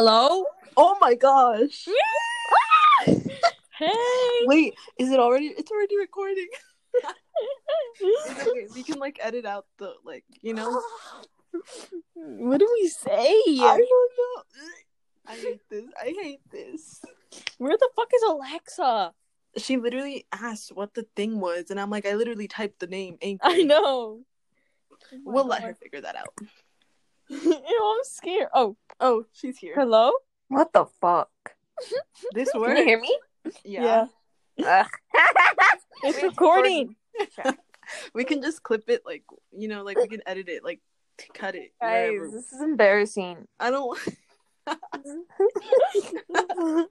Hello? Oh my gosh. Hey! Wait, is it already? It's already recording. okay, we can like edit out the like, you know. What do we say? I don't know. I hate this. I hate this. Where the fuck is Alexa? She literally asked what the thing was, and I'm like, I literally typed the name. Anchor. I know. Oh my We'll let her God. figure that out. Ew, I'm scared. Oh, Oh, she's here. hello? What the fuck? This Can word. you hear me? Yeah. Ugh. It's We're recording. We can just clip it, like you know, like we can edit it, like t- cut it. Guys, wherever. this is embarrassing. I don't. Ew.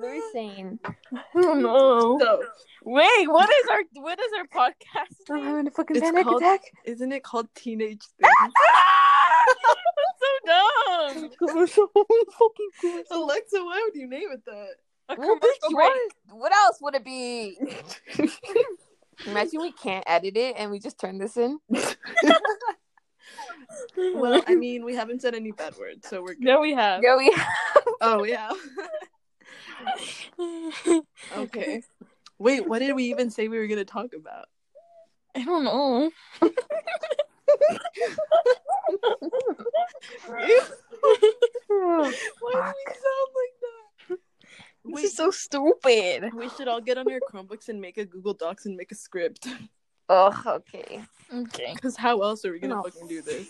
What are we saying? Oh, no. So, Wait, what is our what is our podcast? I'm name? having a fucking It's panic called- attack. isn't it called teenage things? That's so dumb. Alexa, why would you name it that? A Well, commercial bitch, break. what, what else would it be? Imagine we can't edit it and we just turn this in. Well, I mean, we haven't said any bad words, so we're good. No, we have. Yeah, we Oh yeah. okay. Wait, what did we even say we were gonna talk about? I don't know. have. Why do we sound like that? This Wait, is so stupid. we should all get on our Chromebooks and make a Google Docs and make a script. Ugh, okay. Okay. Cause how else are we gonna No. fucking do this?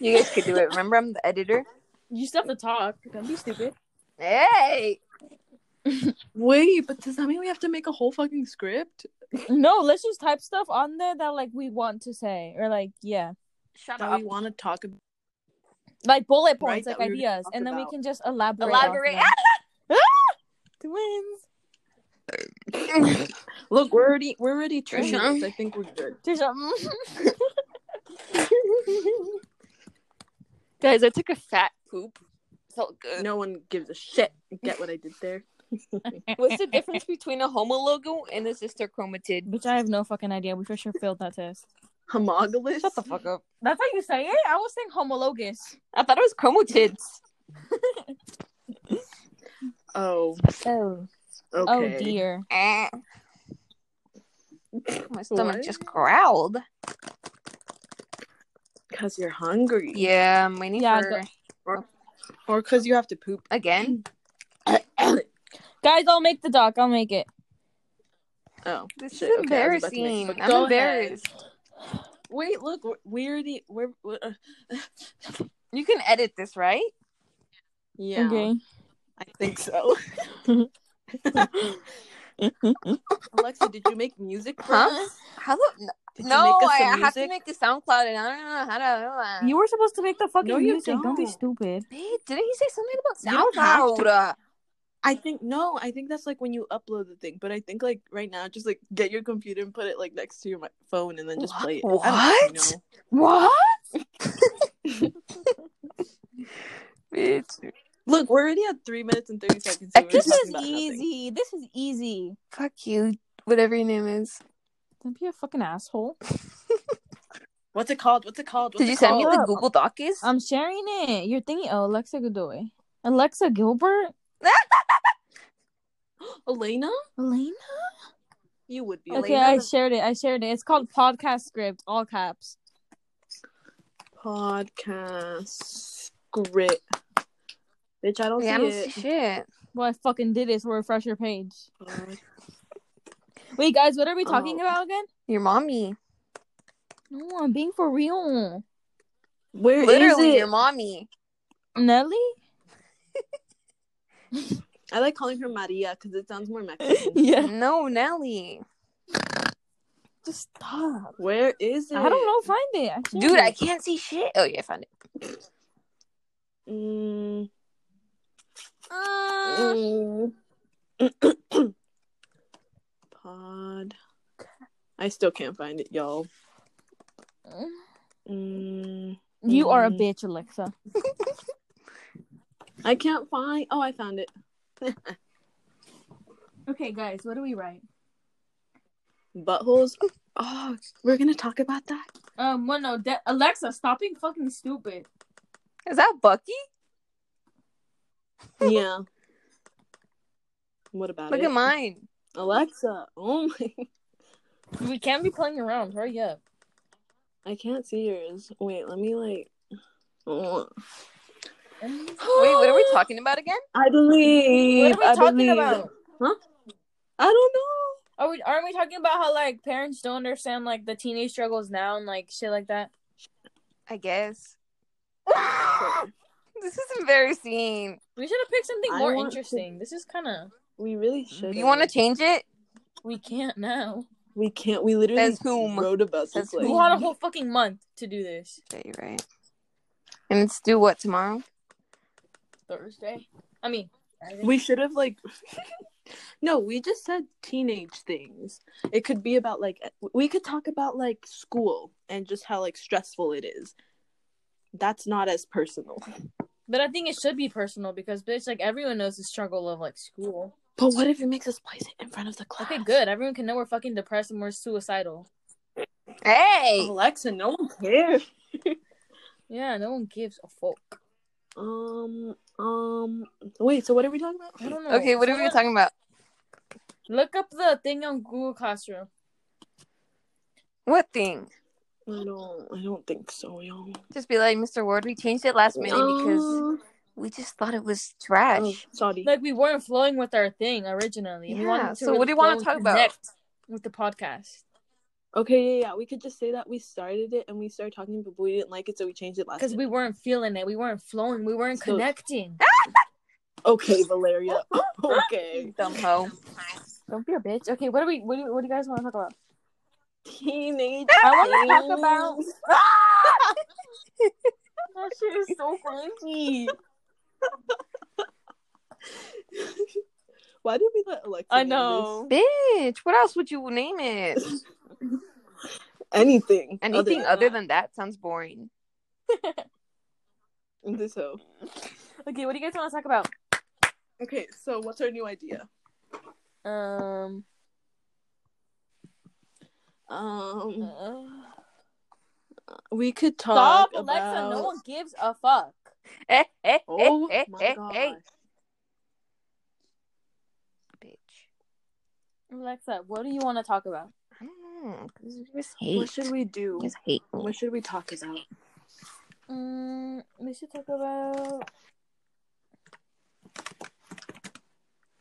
You guys could do it. Remember, I'm the editor. You still have to talk. Don't be stupid. Hey! Wait, but does that mean we have to make a whole fucking script? No, let's just type stuff on there that like we want to say or like yeah, Shut That up. we want to talk about? like bullet Right, points, that like we already ideas, talked and then about. we can just elaborate. Elaborate. off them. Twins. Look, we're already we're already trashing Mhm. this. I think we're good. There's a. Guys, I took a fat poop. Felt good. No one gives a shit. Get what I did there? What's the difference between a homo logo and a sister chromatid? Which I have no fucking idea. We for sure failed that test. Homologous. Shut the fuck up. That's how you say it. I was saying homologous. I thought it was chromatids. Oh, Oh. okay. Oh dear. Eh. My stomach What? just growled. Because you're hungry. Yeah, I'm waiting Yeah, for go- Or because you have to poop. again. Guys, I'll make the doc. I'll make it. Oh, This shit, is okay, I was about to make- embarrassing. but I'm go embarrassed. ahead. Wait, look, we're- we already we're, we're uh, You can edit this, right? yeah. Okay. I think so. Alexa, did you make music for Huh? us? How the no? Did you make us I some have to music? make the SoundCloud, and I don't know how to. You were supposed to make the fucking Uh, No, you music. Don't. be don't. stupid. Babe, didn't he say something You don't about have SoundCloud? Uh, I think no. I think that's like when you upload the thing. But I think like right now, just like get your computer and put it like next to your mi- phone, and then just play it. I don't What? know. What? Bitch. Look, we're already at three minutes and thirty seconds. so we're This talking is about nothing. easy. This is easy. Fuck you, whatever your name is. Don't be a fucking asshole. What's it called? What's it called? What's Did it you send me called? the Google Doc is? I'm sharing it. You're thinking, oh, Alexa Godoy. Alexa Gilbert? Elena? Elena? You would be Okay, Elena. I shared it. I shared it. It's called Podcast Script, all caps. podcast script. Bitch, I don't yeah, I see don't it. see shit. Well, I fucking did it, so refresh your page. Pod- Wait, guys, what are we talking Oh. about again? Your mommy. No, I'm being for real. Where is Literally, it? your mommy. Nelly? I like calling her Maria because it sounds more Mexican. yeah. No, Nelly. Just stop. Where is it? I don't know. Find it. I shared Dude, I it. can't see shit. Oh, yeah, I found it. Mm, Uh, mm. Pod. I still can't find it, y'all. Uh, Mm, you are a Mm. bitch, Alexa. I can't find. Oh, I found it. Okay, guys, what do we write? Buttholes. Oh, we're gonna talk about that. Um, well, no, de- Alexa, stop being fucking stupid. Is that Bucky? yeah. What about Look it? at mine. Alexa. Oh my. We can't be playing around. Hurry up. I can't see yours. Wait, let me like. Oh. Wait, Wait, what are we talking about again? I believe. What are we talking about? I don't know. Are we aren't we talking about how like parents don't understand like the teenage struggles now and like shit like that? I guess. this is embarrassing. We should have picked something I more want to- interesting. This is kind of We really should. You want to change it? we can't now. We can't. We literally Says whom? wrote about Says this. We Like, who? had a whole fucking month to do this Yeah, you're right. And it's due what tomorrow? Thursday. I mean, Friday. we should have like. no, we just said teenage things. It could be about like we could talk about like school and just how like stressful it is. That's not as personal. but I think it should be personal because bitch, like everyone knows the struggle of like school. But what if it makes us place it in front of the class? Okay, good. Everyone can know we're fucking depressed and we're suicidal. Hey, Alexa, no one cares. Yeah, no one gives a fuck. Um, um, wait. So what are we talking about? I don't know. okay, what are we Someone- talking about? Look up the thing on Google Classroom. What thing? No, I don't think so, y'all. Just be like, Mr. Ward, we changed it last minute because Uh, we just thought it was trash. oh, sorry. Like we weren't flowing with our thing originally. We Yeah, wanted to so what do you wanna flow talk and about? connect With the podcast, Okay, yeah, yeah. We could just say that we started it and we started talking, but we didn't like it, so we changed it last. because we weren't feeling it, we weren't flowing, we weren't So- connecting. Okay, Valeria. okay. You Oh, Dumb hoe. Don't be a bitch. Okay, what do we? What do, you- what do you guys want to talk about? Teenage. I wanna talk about- things. That shit is so cringy. Why did we let Alexa? I name this? know. Bitch, what else would you name it? anything. Anything other other than that sounds boring. than this hoe. Okay, what do you guys want to talk about? Okay, so what's our new idea? Um, Um, uh, we could talk stop, about. Alexa. No one gives a fuck. Eh, eh, Oh eh, my eh, god. eh, bitch. Alexa, what do you want to talk about? I don't know. 'cause you just What hate. should we do? You just hate me. What should we talk about? Mm, we should talk about.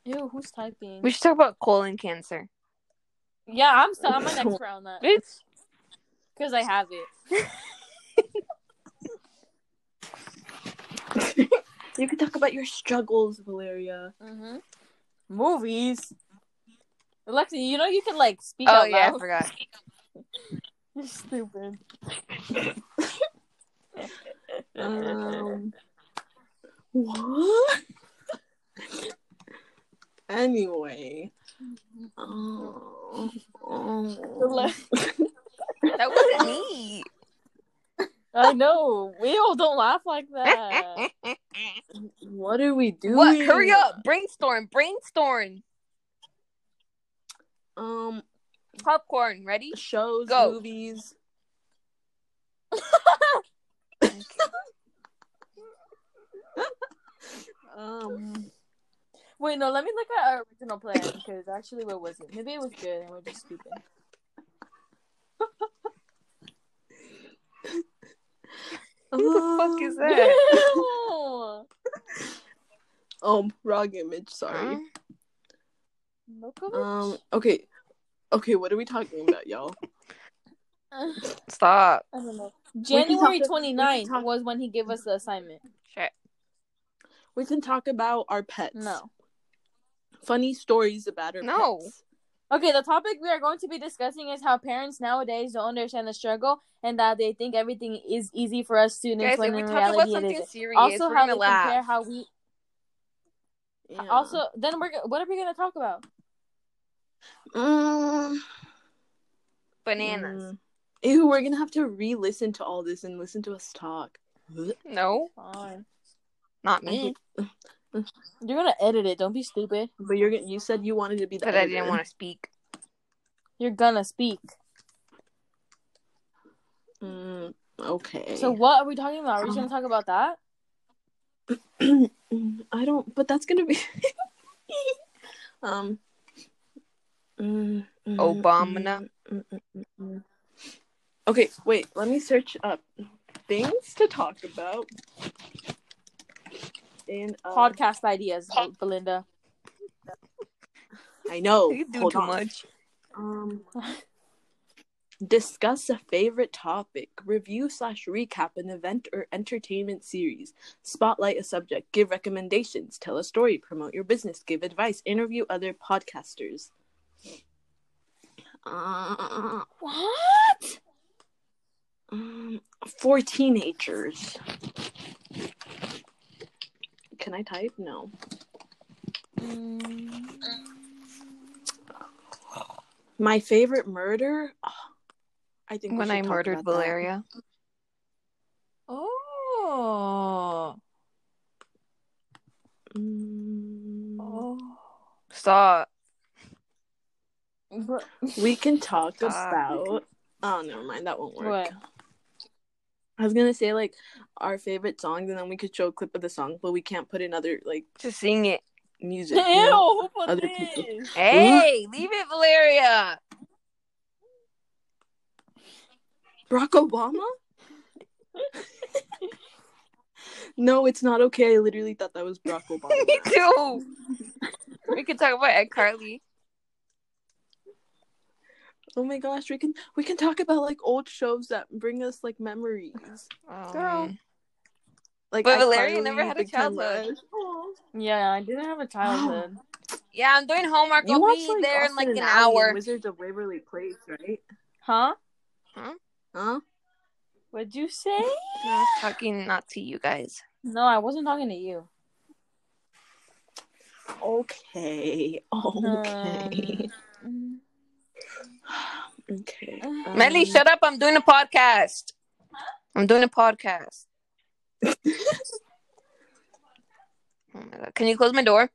Ew, who's typing? We should talk about colon cancer. Yeah, I'm so I'm an expert on that Bitch. because I have it. You could talk about your struggles, Valeria. Mm-hmm. Movies. Alexa, you know you can like speak Oh out yeah, I loud. forgot. You're stupid. Uh, Um, what? anyway, oh, oh. That wasn't me. I know. We all don't laugh like that. what are we doing? what? Hurry up! Brainstorm. Brainstorm. Um, Popcorn. Ready? shows, Go. movies. Um, Wait, no. Let me look at our original plan because actually, what was it? Maybe it was good and we're just stupid. Who the fuck is that? Ew. Um, wrong image. Sorry. Huh? Look at Um, okay, okay. What are we talking about, y'all? it. Stop. I don't know. Um, can talk January to- twenty ninth we can talk- was when he gave us the assignment. Shit. We can talk about our pets. No. Funny stories about our No. pets. Okay, the topic we are going to be discussing is how parents nowadays don't understand the struggle and that they think everything is easy for us students Guys, when if we in talk about reality it something isn't. serious, Also, we're how gonna they compare laugh. how we. Uh, Yeah. Also, then we're go- what are we gonna talk about? Mm, Bananas. mm. Ew, we're gonna have to re-listen to all this and listen to us talk. No, Fine. not me. You're gonna edit it. Don't be stupid. But you're gonna. You said you wanted to be the. But I didn't editor. want to speak. You're gonna speak. Mm, okay. Mm, So what are we talking about? Are we just gonna talk about that? Mm, I don't, but that's gonna be. um. mm, mm, Obamana. mm, mm, mm, mm. Okay, wait. Let me search up things to talk about. And Um, uh, Podcast ideas, Belinda. I know. You do Oh, Hold too on. much. Um, discuss a favorite topic, review slash recap an event or entertainment series, spotlight a subject, give recommendations, tell a story, promote your business, give advice, interview other podcasters. Uh, What? um, for teenagers. Can I type? No. Mm. My favorite murder. Oh, I think we When should I talk murdered about that. Valeria. Oh. Mm. Stop. Bru- We can talk Talk. about. Oh, never mind. That won't work. What? I was gonna say like our favorite songs, and then we could show a clip of the song, but we can't put in other like To sing it. music. Ew, you know? who put Other this? people. Hey, leave it, Valeria. Barack Obama. no, it's not okay. I literally thought that was Barack Obama. Me too. we can talk about Ed Carly. oh my gosh, we can we can talk about like old shows that bring us like memories. Girl. Um, Like, I But Valeria never Carly, had a Big Time childhood. Rush. Aw. Yeah, I didn't have a childhood. yeah, I'm doing homework. You I'll watched be like, there in Austin like and an Ally and hour. Wizards of Waverly Place, right? huh? Huh? What'd you say? No, I was talking not to you guys. No, I wasn't talking to you. Okay. Uh, Okay. Mm. Um, okay. uh, Melly, shut up. I'm doing a podcast. I'm doing a podcast. oh my god. Can you close my door?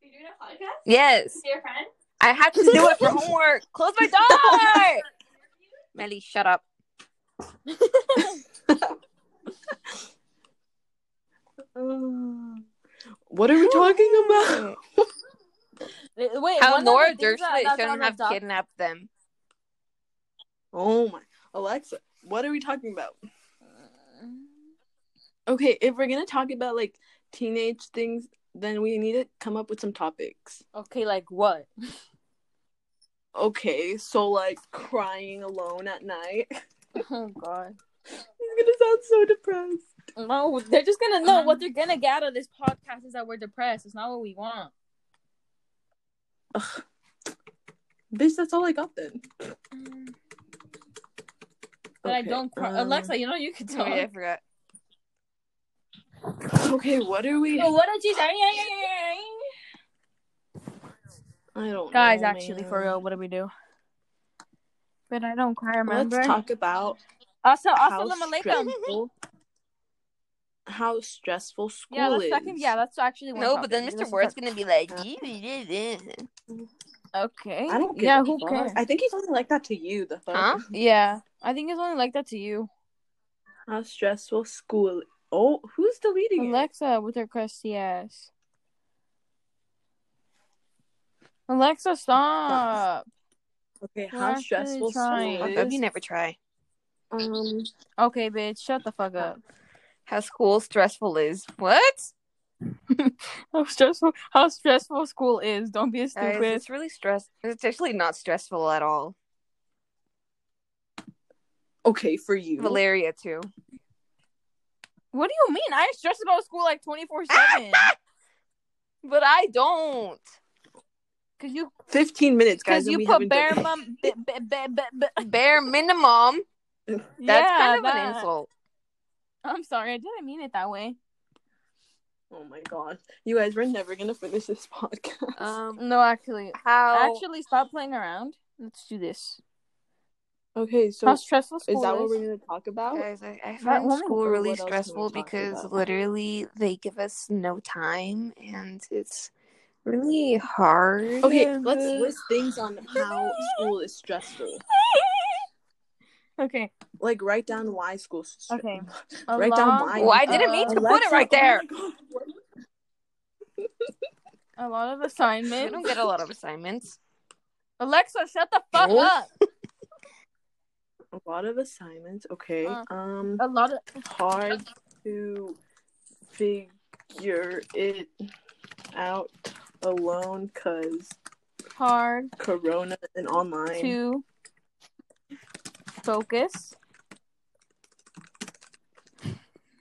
You doing a podcast Yes. your friend? I had to do it for homework. Close my door. Melly, shut up. Um, what are we talking about? Wait, How one of the Nora things that- Dursley that's on shouldn't the have doc- kidnapped them. Oh my Alexa, what are we talking about? Okay, if we're gonna talk about like teenage things, then we need to come up with some topics. Okay, like what? Okay, so like crying alone at night. It's Oh god. gonna sound so depressed. No, they're just gonna know what they're gonna get out of this podcast is that we're depressed. It's not what we want. Bitch, that's all I got then. But I Okay, don't cry. um, Alexa, you know you can Oh, talk. yeah, I forgot. Okay, what are we? So what did you say? I don't Guys, know, actually, for man. real, what do we do? Oh, But I don't cry. Let's talk about Also, how also, alaikum. stressful, how stressful school Yeah, that's is. second. Yeah, that's actually one. No, but then topic. Mr. That's Word's the- gonna be like, Okay. I don't. Give Yeah, a who fuck. cares? I think he's only like that to you. The fuck? huh? Yeah, I think it's only like that to you, How stressful school? Oh, who's deleting it? Alexa, with her crusty ass. Alexa, stop. Okay, We're how actually stressful trying. school Fuck Hope is? you never try. Um, Okay, bitch, shut the fuck up. How school stressful is. What? How stressful? How stressful school is? Don't be Guys, stupid. it's really stress. It's actually not stressful at all. okay, for you. Valeria too. What do you mean? I stress about school like twenty four seven. But I don't. Cause you, Fifteen minutes, guys. cause and you we put haven't done bare it. mum. b- b- b- b- b- Bare minimum. That's Yeah, kind of that. an insult. I'm sorry, I didn't mean it that way. Oh my gosh, you guys, we're never gonna finish this podcast. Um, No, actually, how? actually, stop playing around. Let's do this. okay, so How is stressful school that what is. we're gonna talk about? Guys, I, I That find woman- school Or really what else can we stressful talk because about? literally they give us no time and it's really hard. Okay, let's list things on how school is stressful. Okay. Like write down why school. Okay. A Write down long- why. uh, Well, I didn't mean to put it right there. Oh my God. A lot of We assignments. don't get a lot of assignments. Alexa, shut the fuck Oh. up. a lot of assignments. Okay. Uh. Um, A lot of hard to figure it out alone because hard Corona and online. to focus.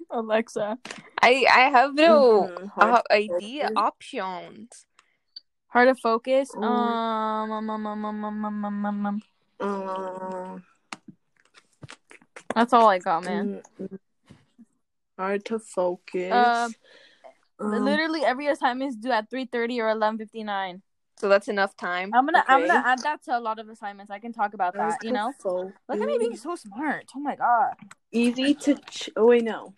Alexa. I I have no Mhm, hard uh, idea focus. options. Hard to focus. Mm. Um, um, um, um, um, um, um, um, um, um. Uh, That's all I got, Oh, man. mm, mm. hard to focus. Uh, Um, Literally every assignment is due at 3:30 or 11:59. So that's enough time. I'm gonna I'm gonna Okay. add that to a lot of assignments. I can talk about hard that. You to know, focus. look at me being so smart. Oh my god. easy to. Ch- oh wait, no.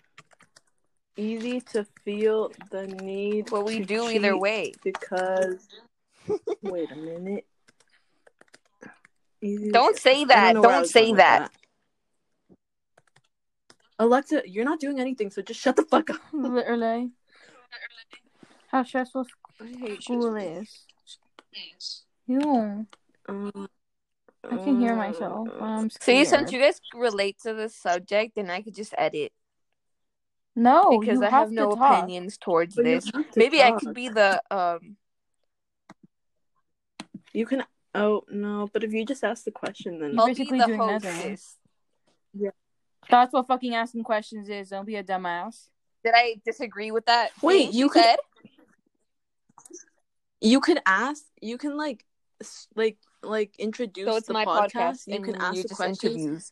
Easy to feel the need. But we to do either cheat way. because. wait a minute. Easy Don't say I that. know Don't, where I was say going with that. Alexa, you're not doing anything, so just shut the fuck up. Literally. How stressful I hate school you. is. Ew. Um, I can Mm. hear myself. I'm See, scared. since Mm. you guys relate to this subject, then I could just edit no, because Oh, you I have have no to talk. opinions towards But you this. have to Maybe I could talk. be the um. You can. Oh no! But if you just ask the question, then You're I'll be basically the doing nothing. hostess. That's what fucking asking questions is. Don't be a dumbass. Did I disagree with that? Wait, thing you she could- said? you can ask. You can like, s- like, like introduce So it's the my podcast. podcast, You and can ask you the just questions. interviews.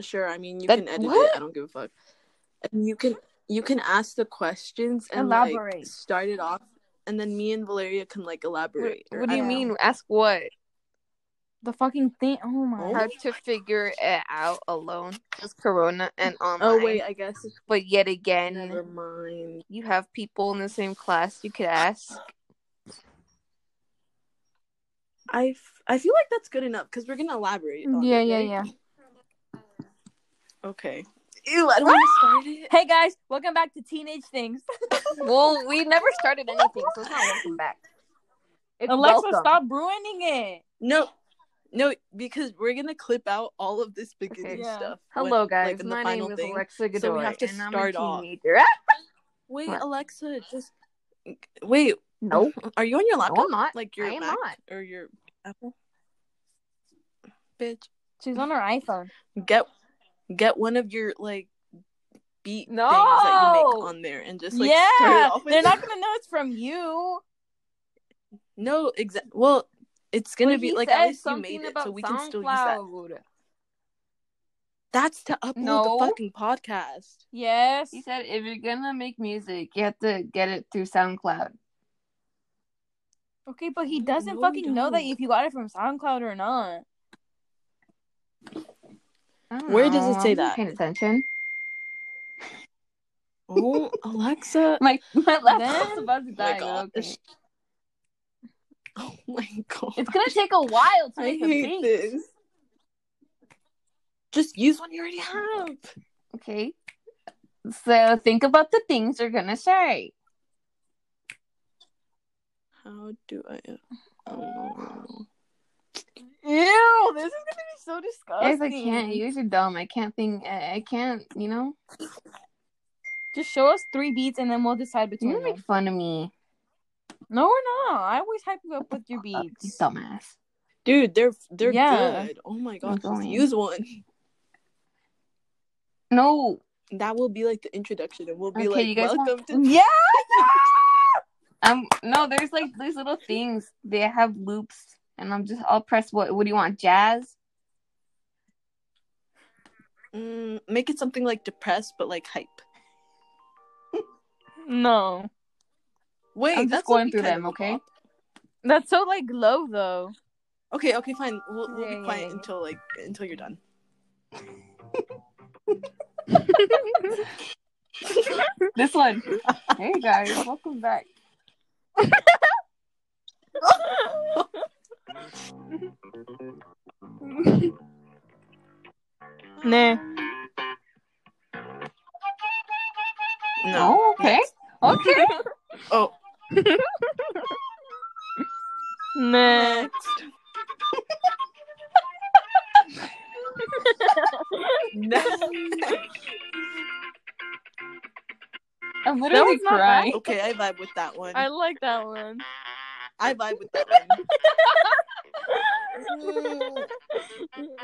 Sure, I mean you That- can edit what? it. I don't give a fuck. And you can you can ask the questions and like Elaborate. start it off, and then me and Valeria can like elaborate. or What do I you don't know. mean? Ask what? The fucking thing. Oh my. Oh. Hard to figure it out alone. Just Corona and online. Oh wait, I guess. it's- But yet again, Never mind. you have people in the same class you could ask. I, f- I feel like that's good enough because we're gonna elaborate. on Yeah, it, yeah, right? yeah. Okay. Ew, I don't want to start it. Hey guys, welcome back to Teenage Things. Well, we never started anything, so it's not welcome back. It's Alexa, welcome. stop ruining it. No, no, because we're gonna clip out all of this beginning Okay. Yeah. stuff. Hello, when- guys. like, in the My name final is thing. Alexa Godoy, So we have to and start I'm a off. teenager. Eh? Wait, What? Alexa, just wait. Nope. Are you on your I'm laptop? not. Like your I am Mac not. or your Apple? Bitch, She's on her iPhone. get get one of your like beat No! things that you make on there and just like start it yeah, off with- they're not gonna know it's from you. No, exactly. Well, it's gonna But be he like said at least you something made it, about so we can still use that. SoundCloud. That's to upload No. the fucking podcast. Yes. He said if you're gonna make music, you have to get it through SoundCloud. Okay, but he doesn't No, fucking you know that don't. if you got it from SoundCloud or not. I don't Where does it know, say I'm not that? Paying attention. Oh, Alexa! My my laptop's Then- about my to die. but gosh. okay. Oh my god! It's gonna take a while to I make a hate beat. this. Just use one you already have. Okay. So think about the things you're gonna say. How do I? Oh, Ew, this is gonna be so Guys, disgusting. I can't. You guys are dumb. I can't think. I, I can't. You know. Just show us three beats and then we'll decide You're between gonna make them. fun of me, No, we're not. I always hype you up with your uh, beats. dumbass. dude, they're they're Yeah. good. Oh my god! Just going. use one. No. That will be like the introduction, and we'll be Okay, like, you guys want- "Welcome to." yeah. Um. No. There's like these little things. They have loops, and I'm just. I'll press what. What do you want? Jazz. Mm, make it something like depressed, but like hype. No, Wait, I'm just that's going like through kind them, of a okay? bop. that's so like low though. Okay, okay, fine. We'll, we'll Yeah, yeah, be quiet yeah. until like until you're done. This one. hey guys, welcome back. Nah. No. Oh, okay. Okay. Oh, Nah. next. next. I'm literally was not crying. Okay, I vibe with that one. I I, like that one. vibe with that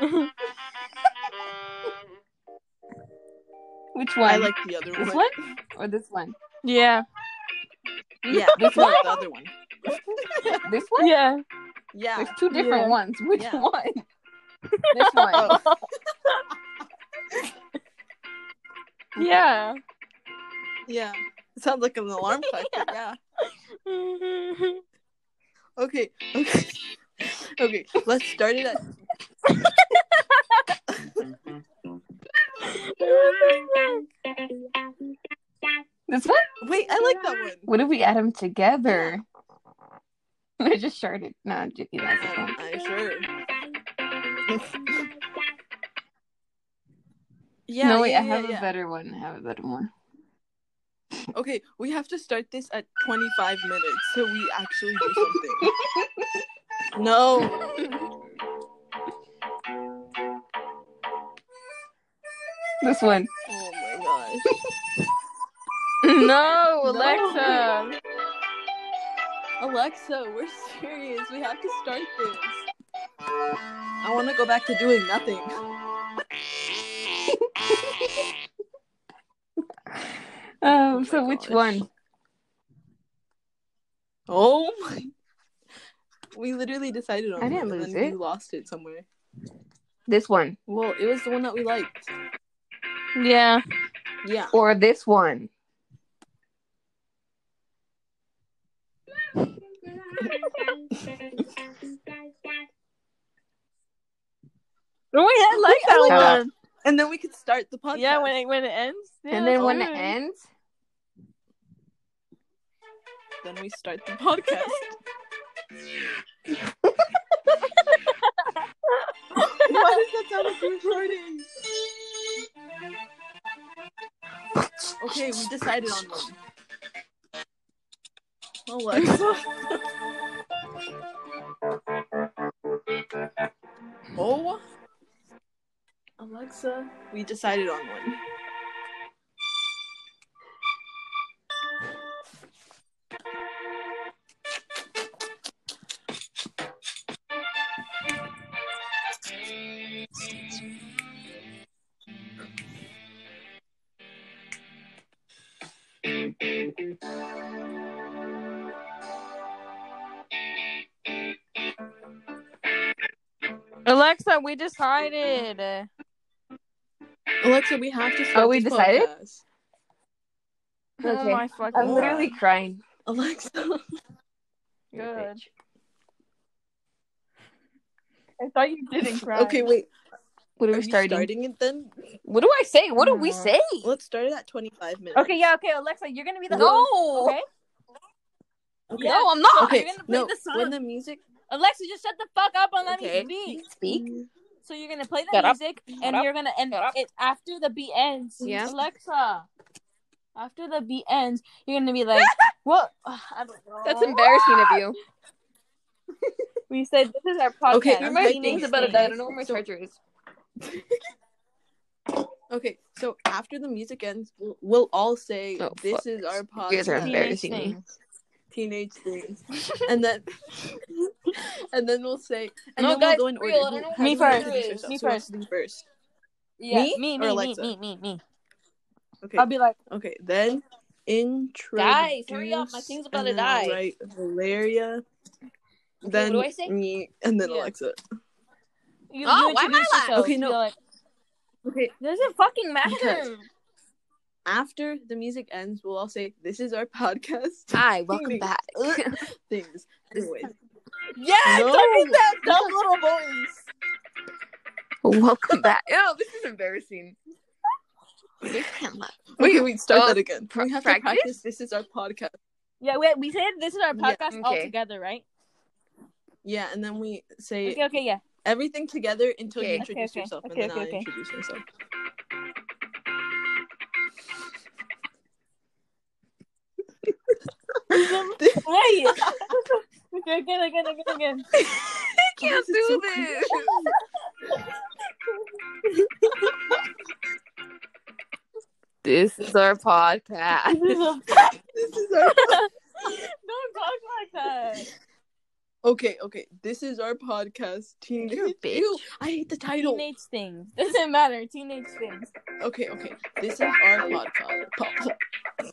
one. Which one? I like the other this one. one or this one? yeah. Yeah, This no, one? the other one. This one? Yeah. Yeah. There's two different Yeah. ones. Which Yeah. one? this one. Oh. Yeah. Yeah. Sounds like an alarm clock. but yeah. Okay. Okay. okay. Let's start it at This one? Wait, I like that one. What if we add them together? I just started. No, I'm joking. That's the Um, one. I sure. yeah. no, wait. yeah, I have yeah, a yeah. better one. I have a better one. Okay, we have to start this at 25 minutes so we actually do something. no. This one. Oh my gosh. no, Alexa. Alexa, we're serious. We have to start this. I want to go back to doing nothing. Um. my so which gosh. one? Oh my. We literally decided on I didn't one, and lose then it. You lost it somewhere. This one Well, it was the one that we liked. Yeah. Yeah. or this one? Oh, wait, I like that like that. one. And then we could start the podcast. Yeah, when it when it ends. Yeah, and then when it that's good. ends, Then we start the podcast. Why does that sound like recording? Okay, we decided on one. Alexa. oh. Alexa, we decided on one. Alexa, we decided. Alexa, we have to start. we this decided? podcast. Oh Okay. my fucking I'm literally crying. Alexa. You Good. bitch. I thought you didn't cry. Okay, wait. What are, Are we we starting? starting it then? What do I say? What do we Mhm. say? Let's start it at 25 minutes. Okay, yeah, okay, Alexa, you're gonna be the No. host. Okay. Okay. No, I'm not. Okay, You're gonna play no. the song. When the music. Alexa, just shut the fuck up and let Okay. me speak. Mm. Speak. So you're gonna play the Shut up. music, Shut and up. you're gonna and Shut up. it after the beat ends. Yeah. Alexa, after the beat ends, you're gonna be like, "What? Ugh, I don't know." That's embarrassing of you. We said this is our podcast. Okay, We're I'm making typing. things It's about to things. die. I don't know where my So- charger is. Okay, so after the music ends, we'll, we'll all say, Oh, This fuck. is our podcast. You guys are embarrassing Teenage me. Teenage things. and then. and then we'll say. And No, then guys, we'll go in order. real, I don't know Who- what how my do you wanna charger introduce is. yourself? Me So first. who wants to be first. Yeah, Me me, or me, me, Alexa? me, me, me. Okay. I'll be like, Okay, then intro. Guys, hurry up, my thing's about to die. Right, Valeria. what then do I say? me, and then Yeah. Alexa. you, Oh, you why am I introduce last? yourself. Okay, You'll no. be Like, Okay, doesn't fucking matter. Because- after the music ends, we'll all say, "This is our podcast." Hi, welcome welcome back. back. Things, anyways. Yes, I need No. that dumb little voice. welcome back. Oh, this is embarrassing. Okay, wait, start Oh, that again. pra- we have practice? to practice. This is our podcast. Yeah, we we said this is our Yeah, podcast okay. all together, right? Yeah, and then we say, Okay, okay, yeah. everything together until Okay. you introduce Okay, okay. yourself, Okay, and then okay, I'll okay. introduce myself. Wait. okay, again, again, again, again. I can't This is do so cute. this. This is our podcast. this is our Don't talk like that. okay, okay. This is our podcast. Teenage You're a bitch. Ew, I hate the title. Teenage things. Doesn't matter. Teenage things. Okay, okay. This is our podcast. Po-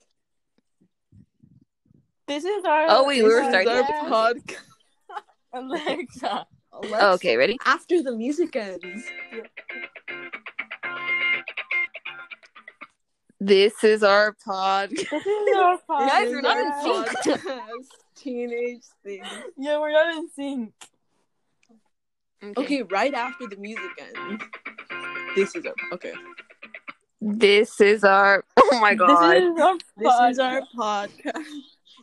This is our. Oh, wait, we this were is this is starting our our podcast. Alexa. Alexa. okay, ready? After the music ends. This is our pod. This is our podcast. Guys, This we're is not our in sync. podcast. Teenage things. Yeah, we're not in sync. Okay, right after the music ends. This is our okay. This is our. Oh my This god. is our This is our podcast.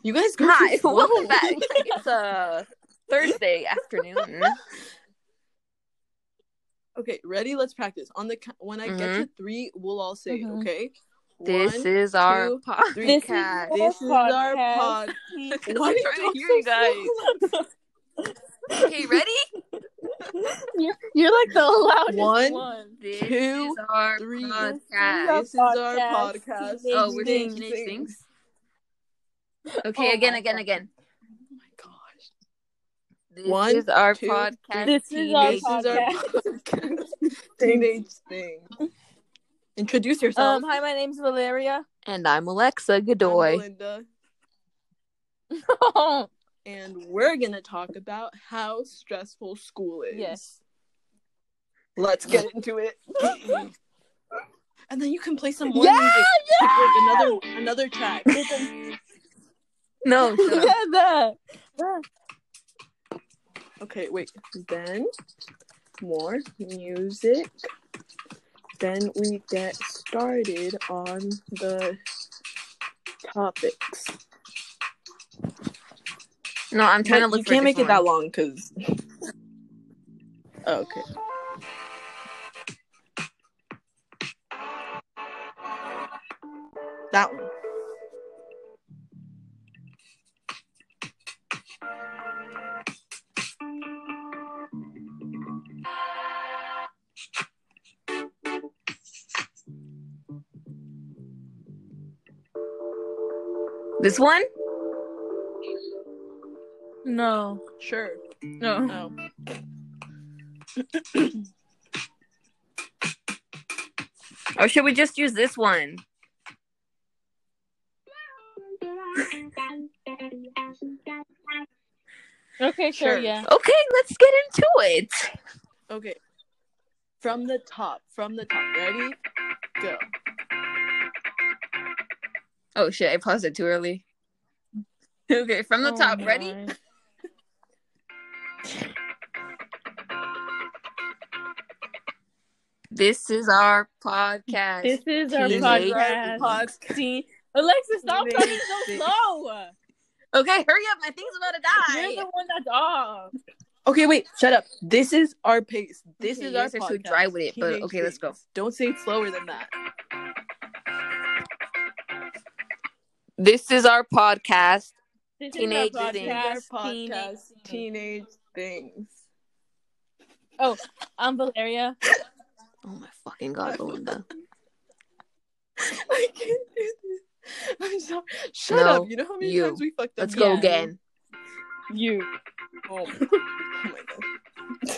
You guys go Hi, too welcome slow. back. It's uh, Thursday afternoon. Okay, ready? Let's practice. On the co- when I get to three, we'll all say Mhm. okay. Mm-hmm. This One, is our two, podcast. three. This is Cat. This is our podcast. pod. Why do you trying to talk hear so you guys. slow? Okay, ready? you're, you're like the loudest One. one. This Two, is our three. podcast. This is our podcast. Teenage Oh, we're saying things. teenage things. things. Okay, Oh again, my again, God. again. Oh my gosh. This One, is our two, podcast. This is our This is our podcast. Teenage thing. Introduce yourself. Um, hi, my name's Valeria. and I'm Alexa I'm Godoy. Linda, oh, and we're gonna talk about how stressful school is. yes. Let's get into it. and then you can play some more Yeah, music. Like another another track. No, shut up. Yeah, that. Okay, wait. Then more music. Then we get started on the topics. no, I'm trying to Wait, look. you for a can't make it different that one. long because. okay. That one. This one? No, Sure. no. Oh. Or should we just use this one? Okay, sure, Sure. yeah. Okay, let's get into it. Okay. From the top. From the top. Ready? Go. Oh shit, I paused it too early. Okay, from the Oh top. my. Ready? This is our podcast. This is our Teenage podcast. Teen- Alexa, stop Teenage talking so things. slow. okay, hurry up. My thing's about to die. You're the one that's off. Okay, wait. Shut up. This is our pace. This Okay, is you our guys are podcast. so dry with it, but Teenage okay, let's go. things. Don't say it slower than that. This is our podcast. This Teenage is our things. podcast. This is our podcast. Teenage things. Teenage things. I'm Valeria. Oh my fucking god, Belinda. I can't do this. I'm sorry. Shut No, up. You know how many you. times we fucked up. Let's go Yeah. again. You. Oh my, oh my god.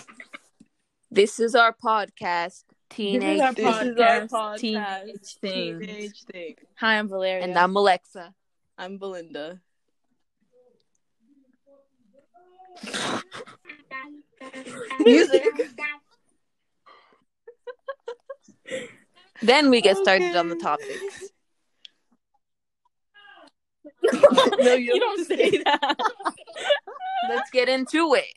This is our podcast. This Teenage is our This Things. is our podcast. podcast. Teenage things. Teenage thing. Hi, I'm Valeria. And I'm Alexa. I'm Belinda. Music. Then we get started on the Okay. topic. no, you don't say that. Let's get into it.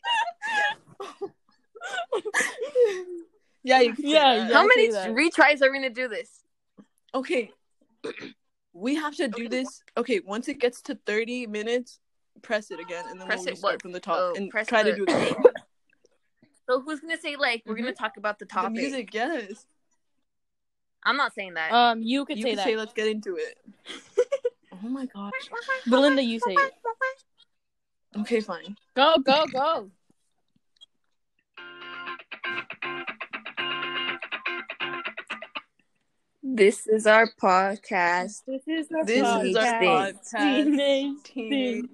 Yeah, you can say Yeah, that. yeah. How I many see that. retries are we gonna do this? Okay. We have to do this. Okay, once it gets to 30 minutes, press it again and then Press we'll it restart what? from the top Oh, and press try to the- do it. So who's gonna say like we're gonna talk about the topic? The music, yes. I'm not saying that. Um, you could you say can that. say let's get into it. oh my gosh. Belinda, you say it. Okay, fine. Go, go, go. This is our podcast. This is our This is our Teenage podcast. Teenage Teenage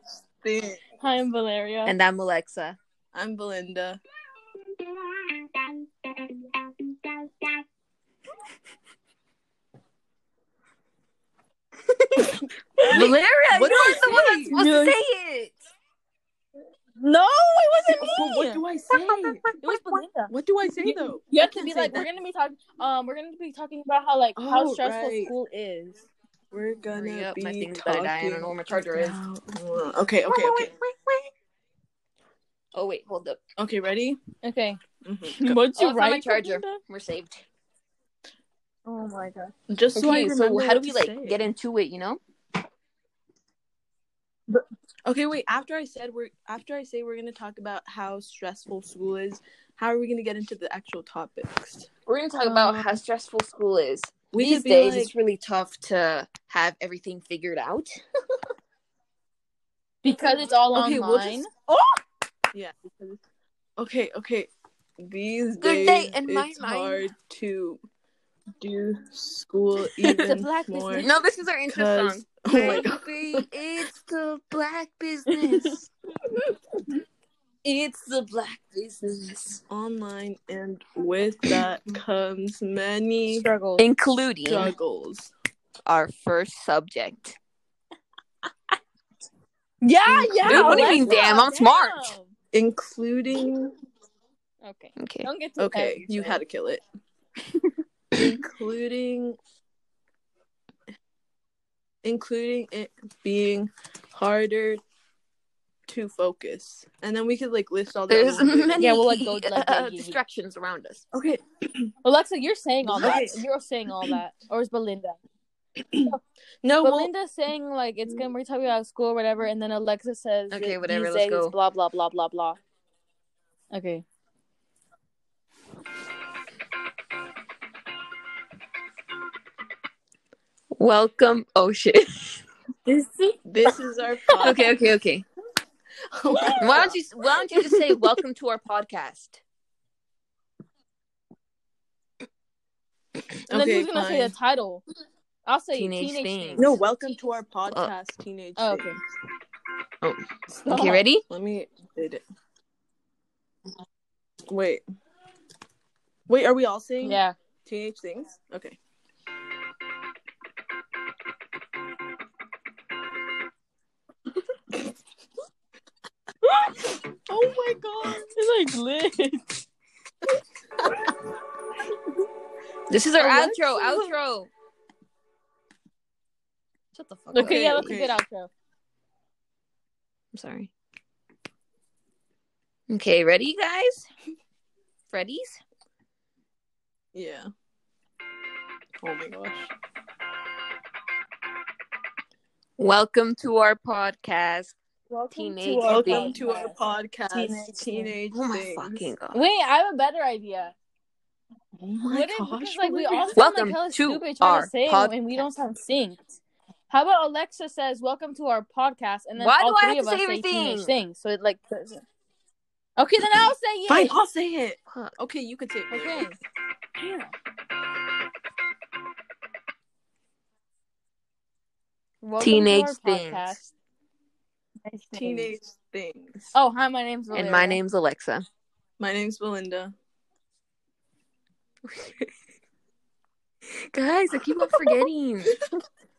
Thing. Hi, I'm Valeria. And I'm Alexa. I'm Belinda. Valeria, What you do are I the one say? that's supposed You're to like- say it. no, it But wasn't me. what do I say? it was Belinda. What do I say You- though? You I have to can't be say like, that. we're gonna be talking. Um, we're gonna be talking about how like how Oh, stressful right. school is. We're gonna Hurry up, be my thing's about talking. to die. I don't know where my charger is. about- Okay, okay, okay, Oh wait, hold up. okay. Ready? Okay, Mhm. but Oh, it's on my charger. We're saved. Oh my god. Just so I Okay, so, remember how do we like get into it? You know? Okay, wait. After I said we're after I say we're gonna talk about how stressful school is, how are we gonna get into the actual topics? We're gonna talk about Um, how stressful school is. We These could be days, like- it's really tough to have everything figured out. Because it's all Okay, online. we'll just- Yeah. because- Okay. Okay. These Good days, day in my it's mind. hard to do school even black more. business- No, this is our intro song. 'cause- Oh my god. Baby, it's the black business. it's the black business, Online and with that comes many Struggle. including struggles. our first subject. Yeah, yeah. Dude, what do you mean, Alexa, damn? I'm smart. including Okay. Okay. Don't get too okay heavy, you so- had to kill it including including it being harder to focus and then we could like list all the There's other ones. many Yeah, we'll let go- let uh, go- distractions around us. okay Alexa, you're saying all that. What? You're saying all that. Or is Belinda? no Oh, well, Belinda's saying like it's gonna we're talking about school or whatever, and then Alexa says Okay, that whatever, these let's days, go. Blah blah blah blah blah. Okay. Welcome. Oh shit. This is this is our podcast. okay. Okay. Okay. Why don't you? Why don't you just say welcome to our podcast? and then who's gonna say fine. the title? I'll say Teenage teenage, Things. things. no welcome to our podcast teenage Oh, okay. Thing. Stop. Okay. Ready? let me edit it wait wait are we all saying Yeah. teenage things okay oh my god It's like lit. This is our Alexa. outro. Outro. Shut the fuck Okay, up. yeah, Okay, that's okay. a good outro. I'm sorry. Okay, ready, guys? Freddy's? yeah oh my gosh Welcome to our podcast. Welcome Teenage our welcome Things. to our podcast Teenage teenage, Oh my things fucking god. Wait, I have a better idea. oh my what if gosh because like we what all is- sound Welcome like hella to stupid trying our to say it and we podcast. don't sound synced. How about Alexa says welcome to our podcast and then Why all do I three have of to us say say teenage everything? things? So it like Okay, then I'll say it. fine i'll say it Fuck. okay you could say it Okay. Welcome to Teenage our Things. podcast. teenage things Oh, hi, my name's Valeria. And my name's Alexa. my name's belinda guys, I keep on forgetting.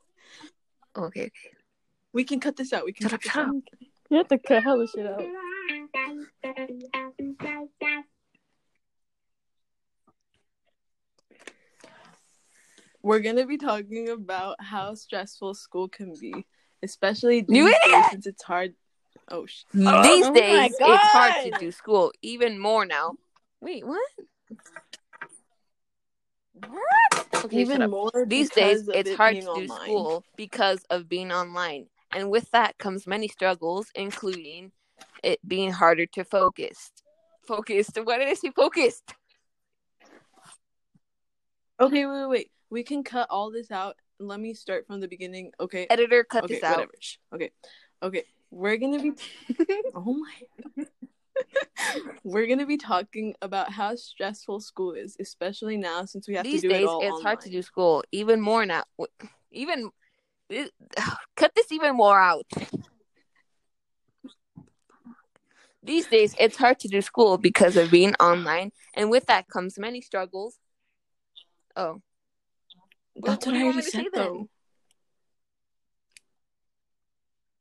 okay. we can cut this out we can cut Shut up, this shut out. up. You have to cut hella shit out. we're gonna be talking about how stressful school can be, especially these You days idiot! since it's hard. Oh, sh- These Oh my days, it's hard to God. do school even more now. Wait, what? Okay, shut even up. more These because days, of it's it hard to being do online. school because of being online. And with that comes many struggles, including it being harder to focus. focused. Why did I say focused? Okay, wait, wait, wait. We can cut all this out. Let me start from the beginning. Okay. Editor, cut okay, this out. whatever. Shh. Okay. Okay. We're gonna be Oh my We're gonna be talking about how stressful school is, especially now since we have These to do days, it it's all hard to online. do school. Even more now. Even cut this even more out. These days, it's hard to do school because of being online, and with that comes many struggles. Oh, That's what what, do I you already want me to said say then? though.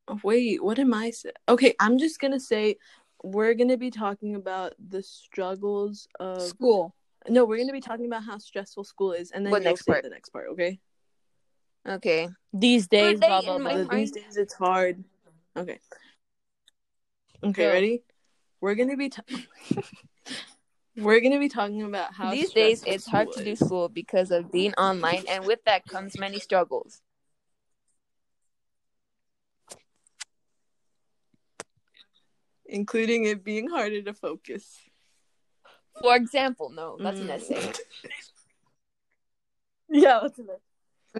Oh, Wait, what am I saying? Okay, I'm just gonna say we're gonna be talking about the struggles of School. no, we're gonna be talking about how stressful school is, and then What you'll next say part? the next part, okay? okay. These days, day blah blah in blah. my Uh, these days it's hard. Okay. Okay, Go. ready? We're gonna be ta- we're gonna be talking about how These days, stressful it's hard school to do is. school because of being online, and with that comes many struggles. including it being harder to focus. For example, no, that's an Mm. essay. yeah, what's in it?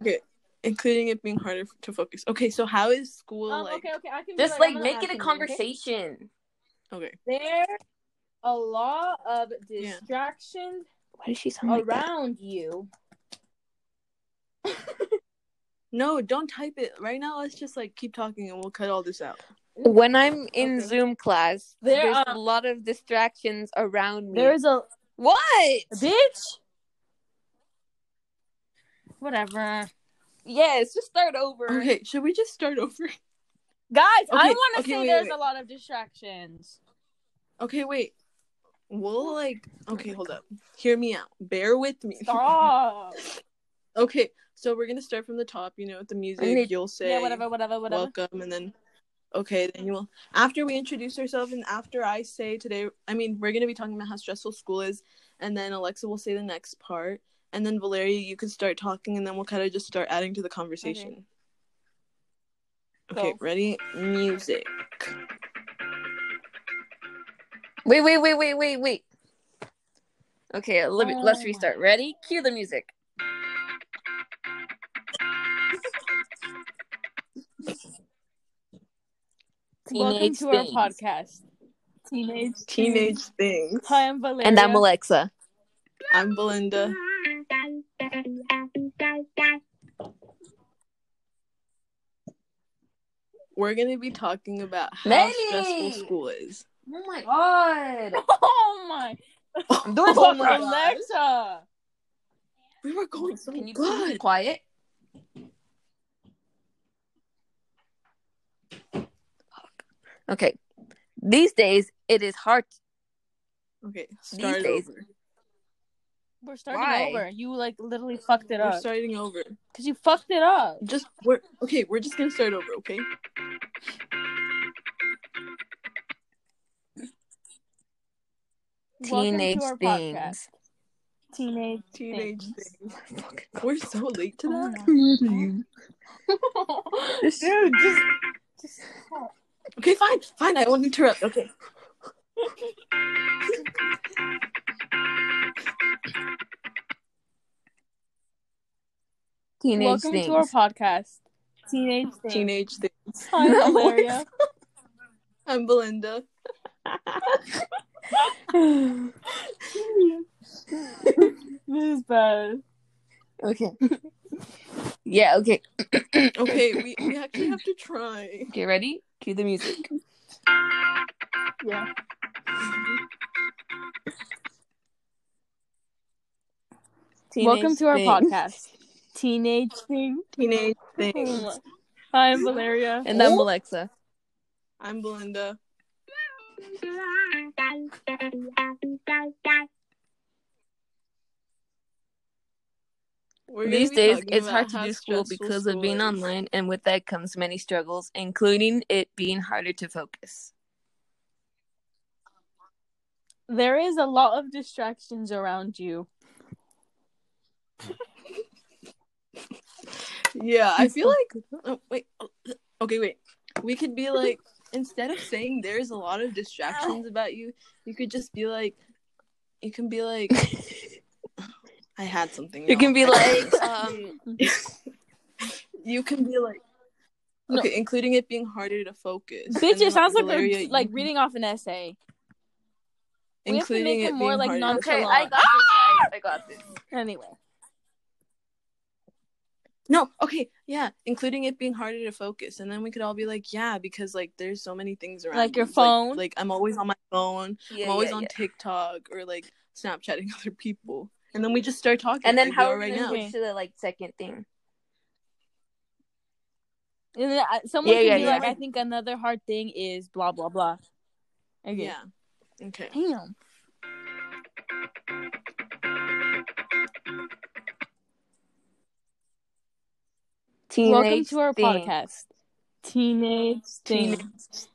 Okay, including it being harder f- to focus. Okay, so how is school Um, like? okay, okay, I can be Just like I'm gonna make ask it a you, okay? conversation. okay. There a lot of Yeah. distractions Why does she sound like that? around you. No, don't type it right now. Let's just like keep talking, and we'll cut all this out. When I'm in Okay. Zoom class, There there's are- a lot of distractions around me. There's a What? bitch. Whatever. Yes, just start over. Okay, should we just start over? Guys, I Okay, want to okay, say wait, there's wait. a lot of distractions. Okay, wait. We'll like. Okay, hold up. Hear me out. Bear with me. Stop. Okay, so we're gonna start from the top. You know, with the music, gonna- you'll say yeah, whatever, whatever, whatever. welcome, and then okay, then you will. After we introduce ourselves, and after I say today, I mean, we're gonna be talking about how stressful school is, and then Alexa will say the next part, and then Valeria, you can start talking, and then we'll kind of just start adding to the conversation. Okay, Go. Mm-hmm. ready? Music. Wait, wait, wait, wait, wait, wait. Okay, let me, Oh let's my- restart. Ready? Cue the music. Welcome Teenage to our things. podcast. Teenage. Teenage things. Hi, I'm Valeria. And I'm Alexa. I'm Belinda. We're gonna be talking about how Melly! stressful school is. Oh my god. Oh my. I'm doing Oh Fuck my homework. God. Alexa. We were going so Can you please be good. quiet? Okay. These days, it is hard. Okay, start days. over. We're starting Why? over. You like literally fucked it We're up. starting over. Cause you fucked it up. Just we're okay. We're just gonna start over. Okay. Welcome Teenage to our podcast. things. Teenage. Teenage Thanks. things. We're so late to Oh that. my- Dude, just Just- Okay, fine, fine. I won't interrupt. Okay. teenage Welcome things. to our podcast. Teenage things. Teenage things. Hi, No. Valeria. I'm Belinda. this is bad. okay. yeah, okay. Okay, we, we actually have to try. Okay, ready? Cue the music. Yeah. Welcome Teenage to our things. podcast. Teenage things. Teenage things. Hi, I'm Valeria. And I'm Alexa. I'm Belinda. We're gonna These be days, talking it's about hard to how do school stressful because of school being is. online, and with that comes many struggles, including it being harder to focus. There is a lot of distractions around you. Yeah, I feel like. Oh, wait. Oh, Okay, wait. We could be like, instead of saying there's a lot of distractions about you, you could just be like, you can be like, I had something. You can else. be I can't like, um, you can be like No. okay including it being harder to focus Bitch, And it sounds like Valeria, they're you like can- reading off an essay. we have to including make it it more, being like, harder to non- okay, Nonchalant. I got this. Guys. I got this. Anyway, no okay yeah including it being harder to focus and then we could all be like yeah because like there's so many things around Like your you. phone? like, i'm always on my phone Yeah, i'm always yeah, on yeah. tiktok or like snapchatting other people and then we just start talking And then like we how are are we right gonna now do it? switch to the like second thing? and then, uh, someone Yeah, could yeah, be yeah. like, "I think another hard thing is blah blah blah." Okay. yeah okay Damn. Teenage Welcome to our thing. podcast. Teenage thing. Teenage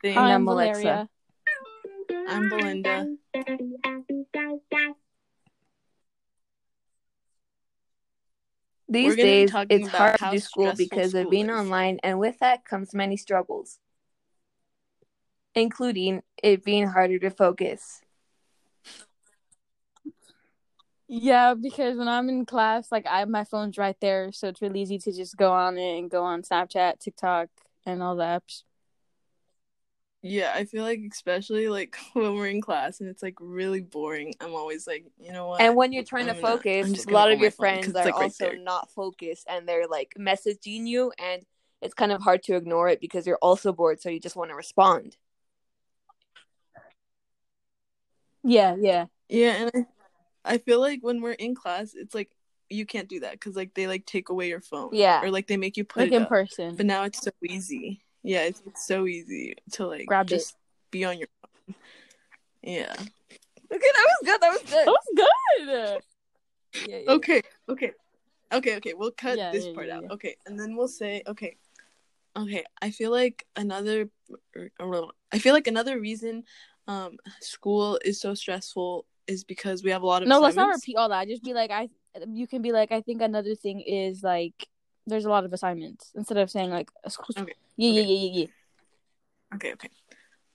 thing. Hi, I'm I'm Alexa. Valeria. i'm belinda These We're gonna be days, talking it's about hard to how do school stressful because of school being is. online, and with that comes many struggles, including it being harder to focus. Yeah, because when I'm in class, like I my phone's right there, so it's really easy to just go on it and go on Snapchat, TikTok, and all the apps. Yeah, I feel like especially like when we're in class and it's like really boring. I'm always like, you know what? And when you're trying to I'm not- I'm focus, just a gonna lot pull of my your phone 'cause friends it's, are like, right also there. not focused and they're like messaging you, and it's kind of hard to ignore it because you're also bored, so you just want to respond. Yeah, yeah. yeah, and I, I feel like when we're in class, it's like you can't do that because like they like take away your phone. Yeah. Or like they make you put Like it in up. person. But now it's so easy. Yeah, it's, it's so easy to like Grab it. just be on your phone. Yeah. Okay, that was good. That was That good. was Oh, good. Yeah, yeah, Okay. Okay. Okay, okay. We'll cut Yeah, this yeah, part yeah, out. yeah. Okay. And then we'll say, okay. Okay, I feel like another er, I feel like another reason um school is so stressful is because we have a lot of No, let's not assignments. repeat all that. Just be like, I. You can be like, I think another thing is like, there's a lot of assignments instead of saying like, a school. Okay, Yeah, yeah, okay. yeah, yeah, yeah. Okay, okay.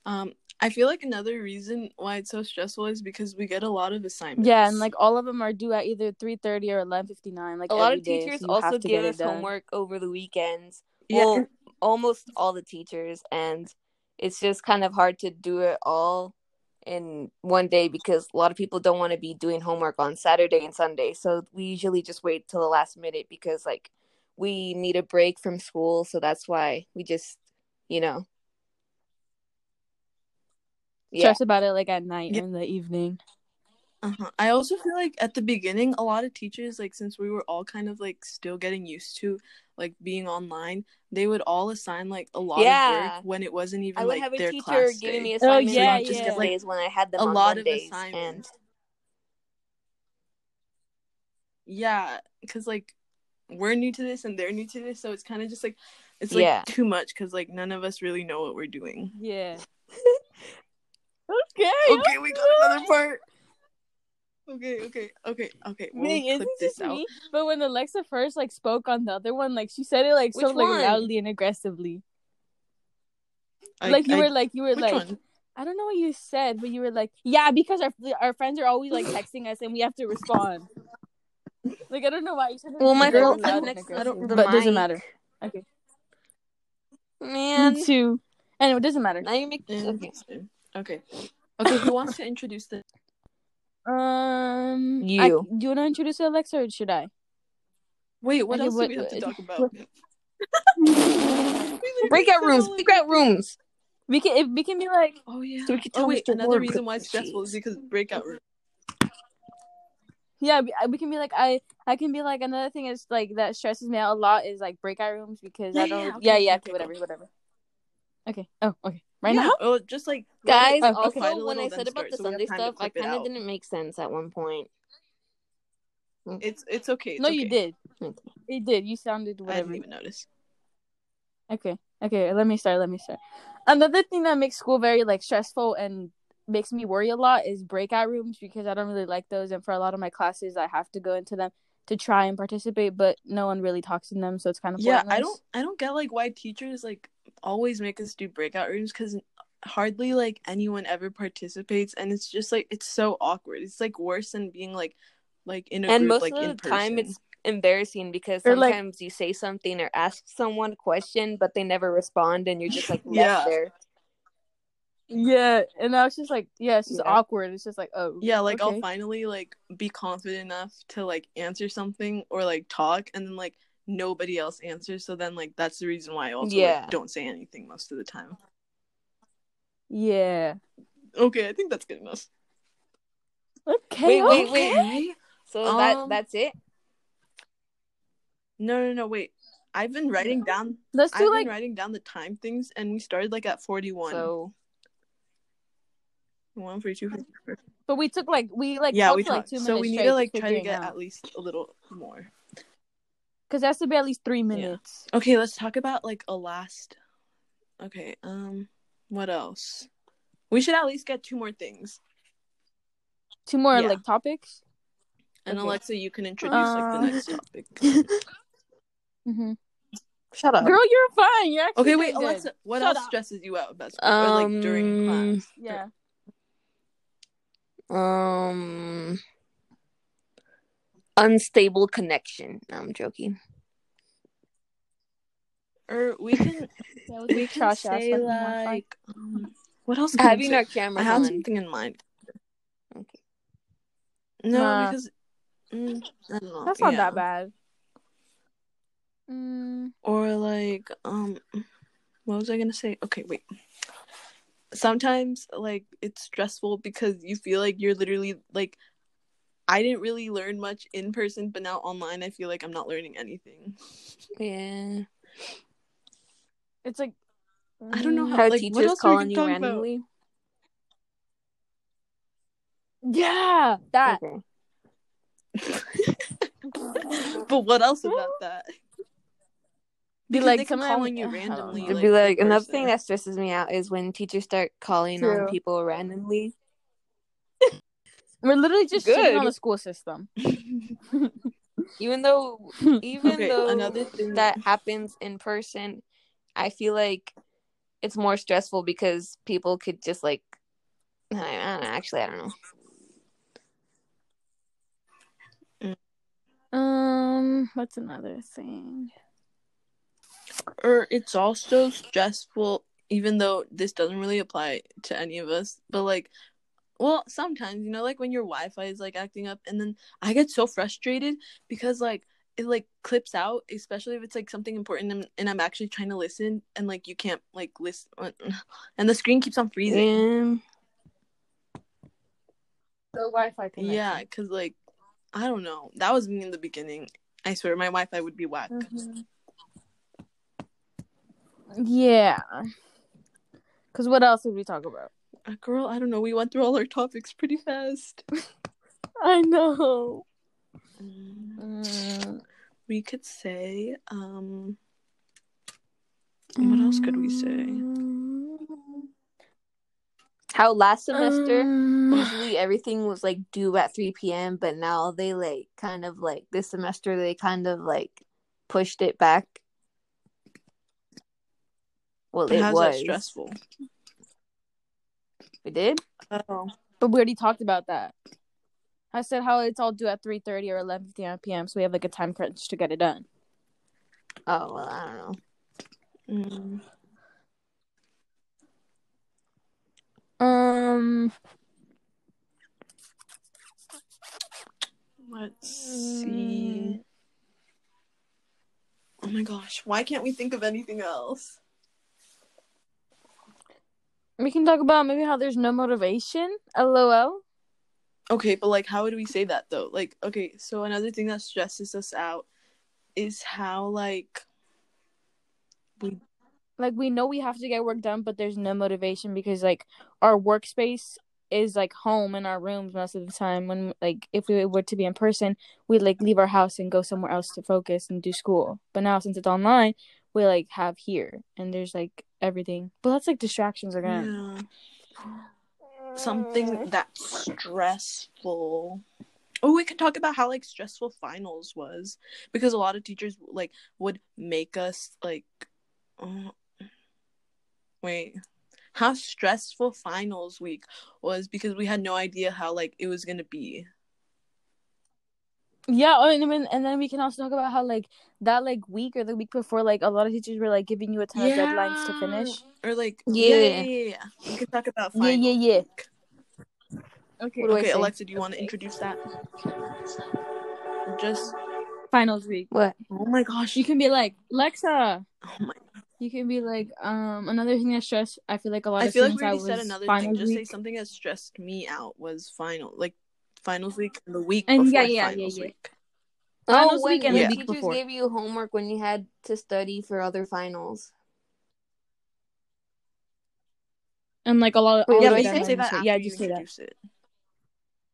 Um I feel like another reason why it's so stressful is because we get a lot of assignments. Yeah, and like all of them are due at either three thirty or eleven fifty nine. Like A lot every of day, so teachers you also have to get give it us done. homework over the weekends. yeah, Well, almost all the teachers, and it's just kind of hard to do it all in one day because a lot of people don't want to be doing homework on Saturday and Sunday. So we usually just wait till the last minute because, like, we need a break from school. So that's why we just, you know, yeah, Stress about it like at night Yeah. or in the evening. Uh-huh. I also feel like at the beginning, a lot of teachers, like since we were all kind of like still getting used to like being online, they would all assign like a lot Yeah. of work when it wasn't even I would like have a their teacher class giving day. me Oh, assignments yeah, on yeah. Tuesdays when I had them a on lot of Mondays, and assignments. Yeah, because like we're new to this and they're new to this, so it's kind of just like it's like Yeah. too much because like none of us really know what we're doing. Yeah. okay. Okay, we got another part. Okay, okay, okay, okay. We'll Wait, is clip this this just out. me? But when Alexa first like spoke on the other one, like she said it like so Which like one? loudly and aggressively. I- like you I- were like you were which like one? I don't know what you said, but you were like, yeah, because our our friends are always like texting us and we have to respond. Like I don't know why you said. it Well, my very Girl, phone's I loud like and don't- next I to aggressive, don't the but doesn't mic. matter. Okay, Man, me too. Anyway, it doesn't matter. now you make okay. Interesting. Okay. Okay, who wants to introduce the Um, You. I- do you want to introduce Alexa or should I? Wait, what Okay, else what- do we have to what- talk about? what- We literally Breakout said rooms, all of it. breakout rooms. We can if we can be like Oh yeah. So we can oh tell wait, Mr. another Ward reason why quickly. it's stressful is because breakout room. yeah we, I- we can be like I I can be like another thing is like that stresses me out a lot is like breakout rooms because Yeah, I don't yeah, okay, yeah okay, yeah okay, okay, whatever whatever. Okay. Oh okay. Right yeah. now. Oh, just like Guys, Oh, okay. also Fight a when little, I then said about start, the so we have Sunday time to stuff, I clip it kind of out. didn't make sense at one point. it's it's okay. it's No, you okay. did. Okay. You did. You sounded I whatever. didn't even notice. Okay. Okay, let me start. Let me start. Another thing that makes school very like stressful and makes me worry a lot is breakout rooms because I don't really like those and for a lot of my classes I have to go into them to try and participate, but no one really talks in them, so it's kind of Yeah, I pointless. don't I don't get like why teachers like always make us do breakout rooms because hardly like anyone ever participates and it's just like it's so awkward. It's like worse than being like like in a and group, most like of in the time person. it's embarrassing because Or, like- sometimes you say something or ask someone a question but they never respond and you're just like left Yeah. there Yeah, and I was just like, yeah, it's just Yeah. awkward. It's just like, oh, yeah, like okay. I'll finally like be confident enough to like answer something or like talk and then like nobody else answers so then like that's the reason why I also like, Yeah. don't say anything most of the time. yeah. Okay, I think that's good enough. Okay, oh, Wait, wait, okay. wait. so that Um, that's it No, no, no, wait. I've been writing down Let's I've do been like writing down the time things and we started like at 41. so One for two. For two. But we took like we like yeah, talked we for, like talked. two minutes. so we need straight to like try to figuring get out. at least a little more. because that's to be at least three minutes. Okay, let's talk about like a last. Okay, um, what else? We should at least get two more things. Two more Yeah. like topics. And Okay. Alexa, you can introduce like Um, the next topic. hmm Shut up. Girl, you're fine. You're actually Uh-huh. okay, wait, doing good. Alexa. What Shut else up. stresses you out about school or like during Um, class? Yeah. um unstable connection no, i'm joking Or we can That was we a can trash ass. say fucking Wi-Fi. like um, what else? Can we having say? our camera I had on something in mind. Okay. No, Nah. because mm, I don't know. That's not yeah. that bad. Mm, Or like um, what was I gonna say? Okay, wait. Sometimes like it's stressful because you feel like you're literally like I didn't really learn much in person, but now online I feel like I'm not learning anything. yeah it's like I don't know mm, how like, what teachers else are we calling you talking about? randomly Yeah, that. okay. but what else about that? Be Because like they come someone- calling you I don't randomly. know. it'd like, be like in another person. thing that stresses me out is when teachers start calling True. on people randomly We're literally just shitting on Good. the school system. even though even Okay, though another thing- that happens in person i feel like it's more stressful because people could just like i, I don't know actually i don't know Um, what's another thing? or it's also stressful even though this doesn't really apply to any of us but like well sometimes you know like when your wi-fi is like acting up and then i get so frustrated because like it like clips out especially if it's like something important and, and i'm actually trying to listen and like you can't like listen and the screen keeps on freezing yeah. The Wi-Fi yeah because like i don't know that was me in the beginning i swear my wi-fi would be whack Yeah. Cause what else did we talk about? Uh, girl i don't know we went through all our topics pretty fast I know. Mm, we could say um Mm. What else could we say? how last semester Um, Um, usually everything was like due at 3 p.m but now they like kind of like this semester they kind of like pushed it back well it how's was that stressful it did oh but we already talked about that. I said how it's all due at three thirty or eleven fifty nine p.m. So we have like a time crunch to get it done. oh well i don't know mm. Um. let's see oh my gosh why can't we think of anything else We can talk about maybe how there's no motivation. LOL. okay but like how would we say that though like okay so another thing that stresses us out is how like Like we know we have to get work done, but there's no motivation because like our workspace is like home in our rooms most of the time. When like if we were to be in person, we'd like leave our house and go somewhere else to focus and do school. But now since it's online, we like have here and there's like everything. But that's like distractions again. yeah something that's stressful. Mm. Oh, we could talk about how like stressful finals was because a lot of teachers like would make us like. uh, wait, how stressful finals week was because we had no idea how like it was gonna be. Yeah, oh, and then and then we can also talk about how like that like week or the week before, like a lot of teachers were like giving you a ton of deadlines to finish. Or like Yeah. yeah, yeah, yeah, yeah. We could talk about Yeah, finals. yeah, yeah. week. Okay, What do I Okay, say? Alexa, do you want to introduce that? Just finals week. What? oh my gosh, You can be like Lexa. oh my. You can be like um another thing that stressed. I feel like a lot I of feel like students we already out said was another thing. finals Just say week. something that stressed me out was final, like finals week and the week And before yeah, yeah, yeah, finals yeah. week. Finals oh, when, week and the when week teachers before. gave you homework when you had to study for other finals. and like a lot of Wait, all yeah, of but what do you I them can say? say on the that same- after Yeah, you just say that. introduce it.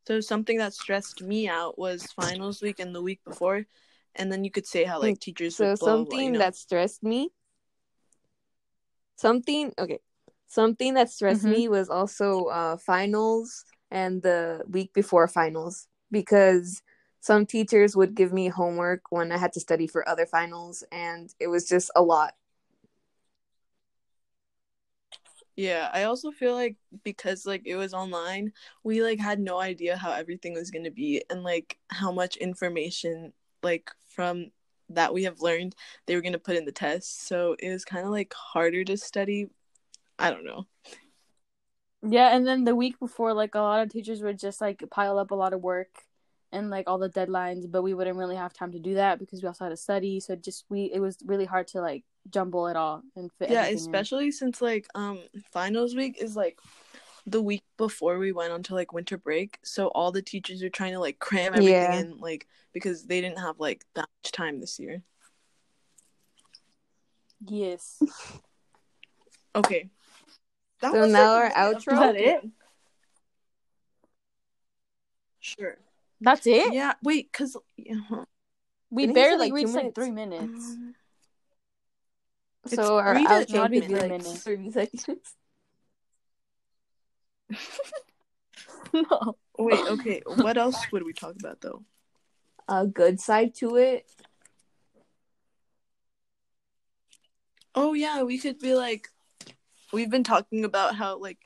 So something that stressed me out was finals week and the week before, and then you could say Hmm. how like Wait, teachers So would blah blah, blah something you know. that stressed me. Something okay. Something that stressed Mm-hmm. Mhm. me was also uh finals and the week before finals because some teachers would give me homework when I had to study for other finals and it was just a lot. Yeah, I also feel like because like it was online, we like had no idea how everything was going to be and like how much information like from that we have learned they were going to put in the test. So it was kind of like harder to study. I don't know. Yeah, and then the week before, like a lot of teachers would just like pile up a lot of work and like all the deadlines, but we wouldn't really have time to do that because we also had to study. So just we it was really hard to like jumble it all and fit. Yeah, everything in. especially since like um finals week is like the week before we went on to like winter break, so all the teachers are trying to like cram everything Yeah. in like because they didn't have like that much time this year. Yes. Okay. That So was, now our really up to outro? Is that it? date. Sure. That's it. Yeah, wait, cause yeah, We Didn't he say, barely like, two reached like minutes? three minutes. um, It's So our three to outro eight would be like minutes. thirty seconds. no. wait, okay. What else would we talk about though? A good side to it. Oh yeah, we could be like, we've been talking about how like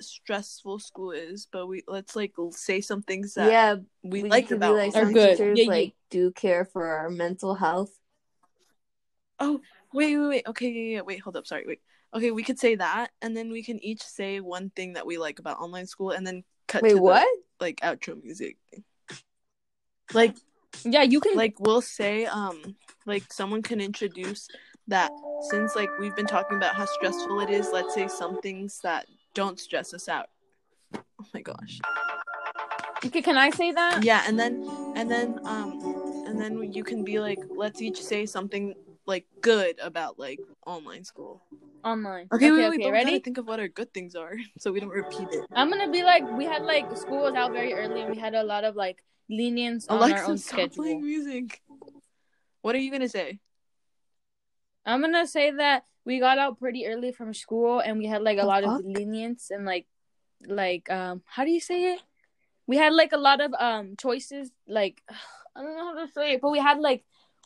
stressful school is, but we let's like l- say some things that yeah, we, we like could about. be like Are some online. good. teachers Yeah, yeah. like do care for our mental health. Oh wait, wait, wait. Okay, yeah, yeah. Wait, hold up. Sorry, wait. Okay, we could say that, and then we can each say one thing that we like about online school, and then cut to Wait, the, what? like outro music. Like Yeah, you can. like we'll say um like someone can introduce that since like we've been talking about how stressful it is let's say some things that don't stress us out oh my gosh Okay, can I say that? yeah and then and then um and then you can be like let's each say something like good about like online school Online. okay, okay, wait, wait, okay but we ready? gotta think of what our good things are so we don't repeat it I'm gonna be like, we had like school was out very early, and we had a lot of like lenience on our alexa own stop playing schedule. music what are you gonna say I'm gonna say that we got out pretty early from school, and we had like a The lot fuck? of lenience and like, like um, how do you say it? We had like a lot of um choices. Like, I don't know how to say it, but we had like,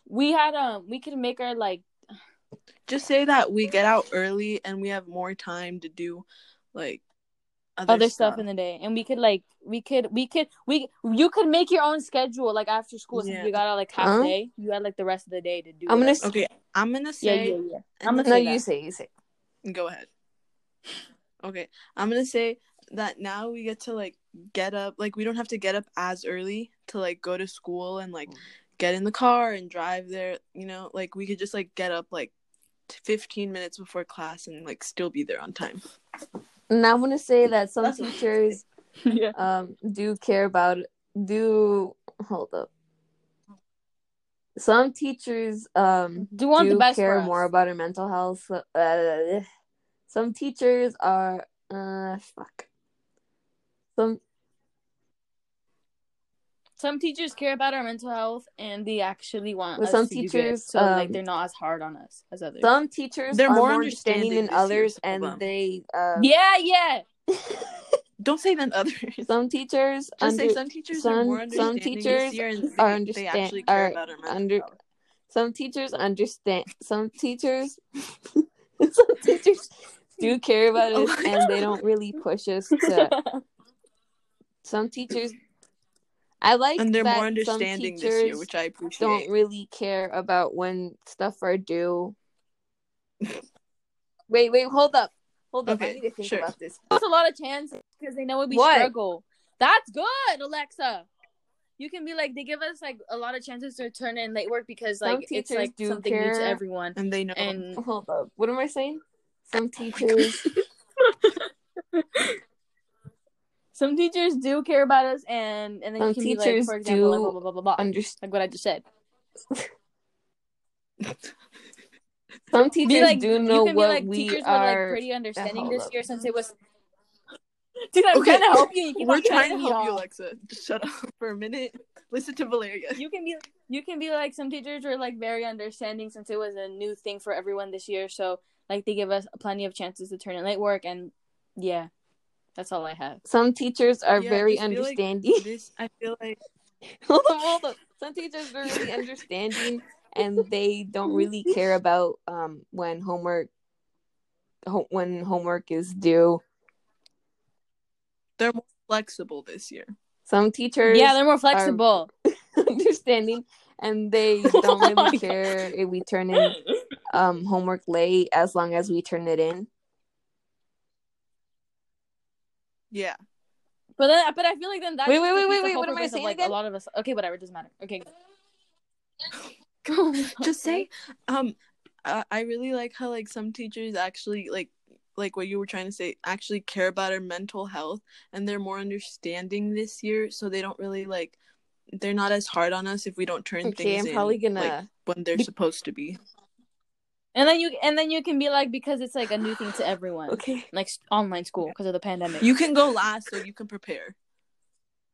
we had um, we could make our like, just say that we get out early and we have more time to do like other, other stuff. in the day and we could like we could we could we you could make your own schedule like after school since Yeah. you got out like half Huh? day you had like the rest of the day to do I'm gonna it. s- Okay, I'm gonna yeah say. yeah yeah I'm gonna No, say you that. say, you say. Go ahead. Okay, I'm gonna say that now we get to like get up. Like we don't have to get up as early to like go to school and like get in the car and drive there. You know, like we could just like get up like t- 15 minutes before class and like still be there on time. And I want to say that some That's what- teachers yeah. um do care about do hold up. Some teachers um Do want do the best care for us. more about our mental health. so- Uh, some teachers are uh fuck. Some Some teachers care about our mental health and they actually want Well, us some to do good. teachers, So like um, they're not as hard on us as others. some teachers They're are more more understanding understanding than this year, others, some of and them. they uh yeah, yeah. Don't say then others. some teachers Just say under- some teachers are some- more some understanding teachers this year and they, are they understand- actually care are about our mental under- health. some teachers understand some teachers some teachers do care about Oh us my and they don't really push us to some teachers I like and they're that more some understanding this year, teachers which I appreciate. don't really care about when stuff are due. wait, wait, hold up. Hold up. I Okay, need to think sure. about this. That's a lot of chances because they know we What? struggle. That's good, Alexa. You can be like they give us like a lot of chances to turn in late work because Some like it's teachers like do something new care. to everyone. and they know. And Hold up. What am I saying? Some Oh teachers some teachers do care about us, and and then Some you can be like, teachers for example, like, do blah blah blah blah blah, like understand what I just said. some teachers be like, do you know can what be like, we teachers were like are pretty understanding hold this up. year since it was. Dude, I'm Okay. trying to help you. you keep We're on trying to me help you, off. Alexa. Just shut up for a minute. Listen to Valeria. you can be you can be like some teachers were like very understanding since it was a new thing for everyone this year so like they give us plenty of chances to turn in late work and yeah that's all i have some teachers are Yeah, very just feel like- understanding. This I feel like hold up, hold up. Some teachers are really understanding and they don't really care about um when homework ho- when homework is due. they're more flexible this year. Some teachers yeah they're more flexible understanding and they don't Oh my really care if we turn in um homework late as long as we turn it in. Yeah. but then, but i feel like then that Wait, wait, wait, defeats the wait, whole what am I purpose of, saying like, again? a lot of us okay whatever doesn't matter okay Just say, um, I, I really like how like some teachers actually like like what you were trying to say actually care about our mental health and they're more understanding this year, so they don't really like they're not as hard on us if we don't turn Okay, things I'm in, probably gonna like, when they're supposed to be. and then you and then you can be like because it's like a new thing to everyone Okay. like s- online school because of the pandemic You can go last so you can prepare.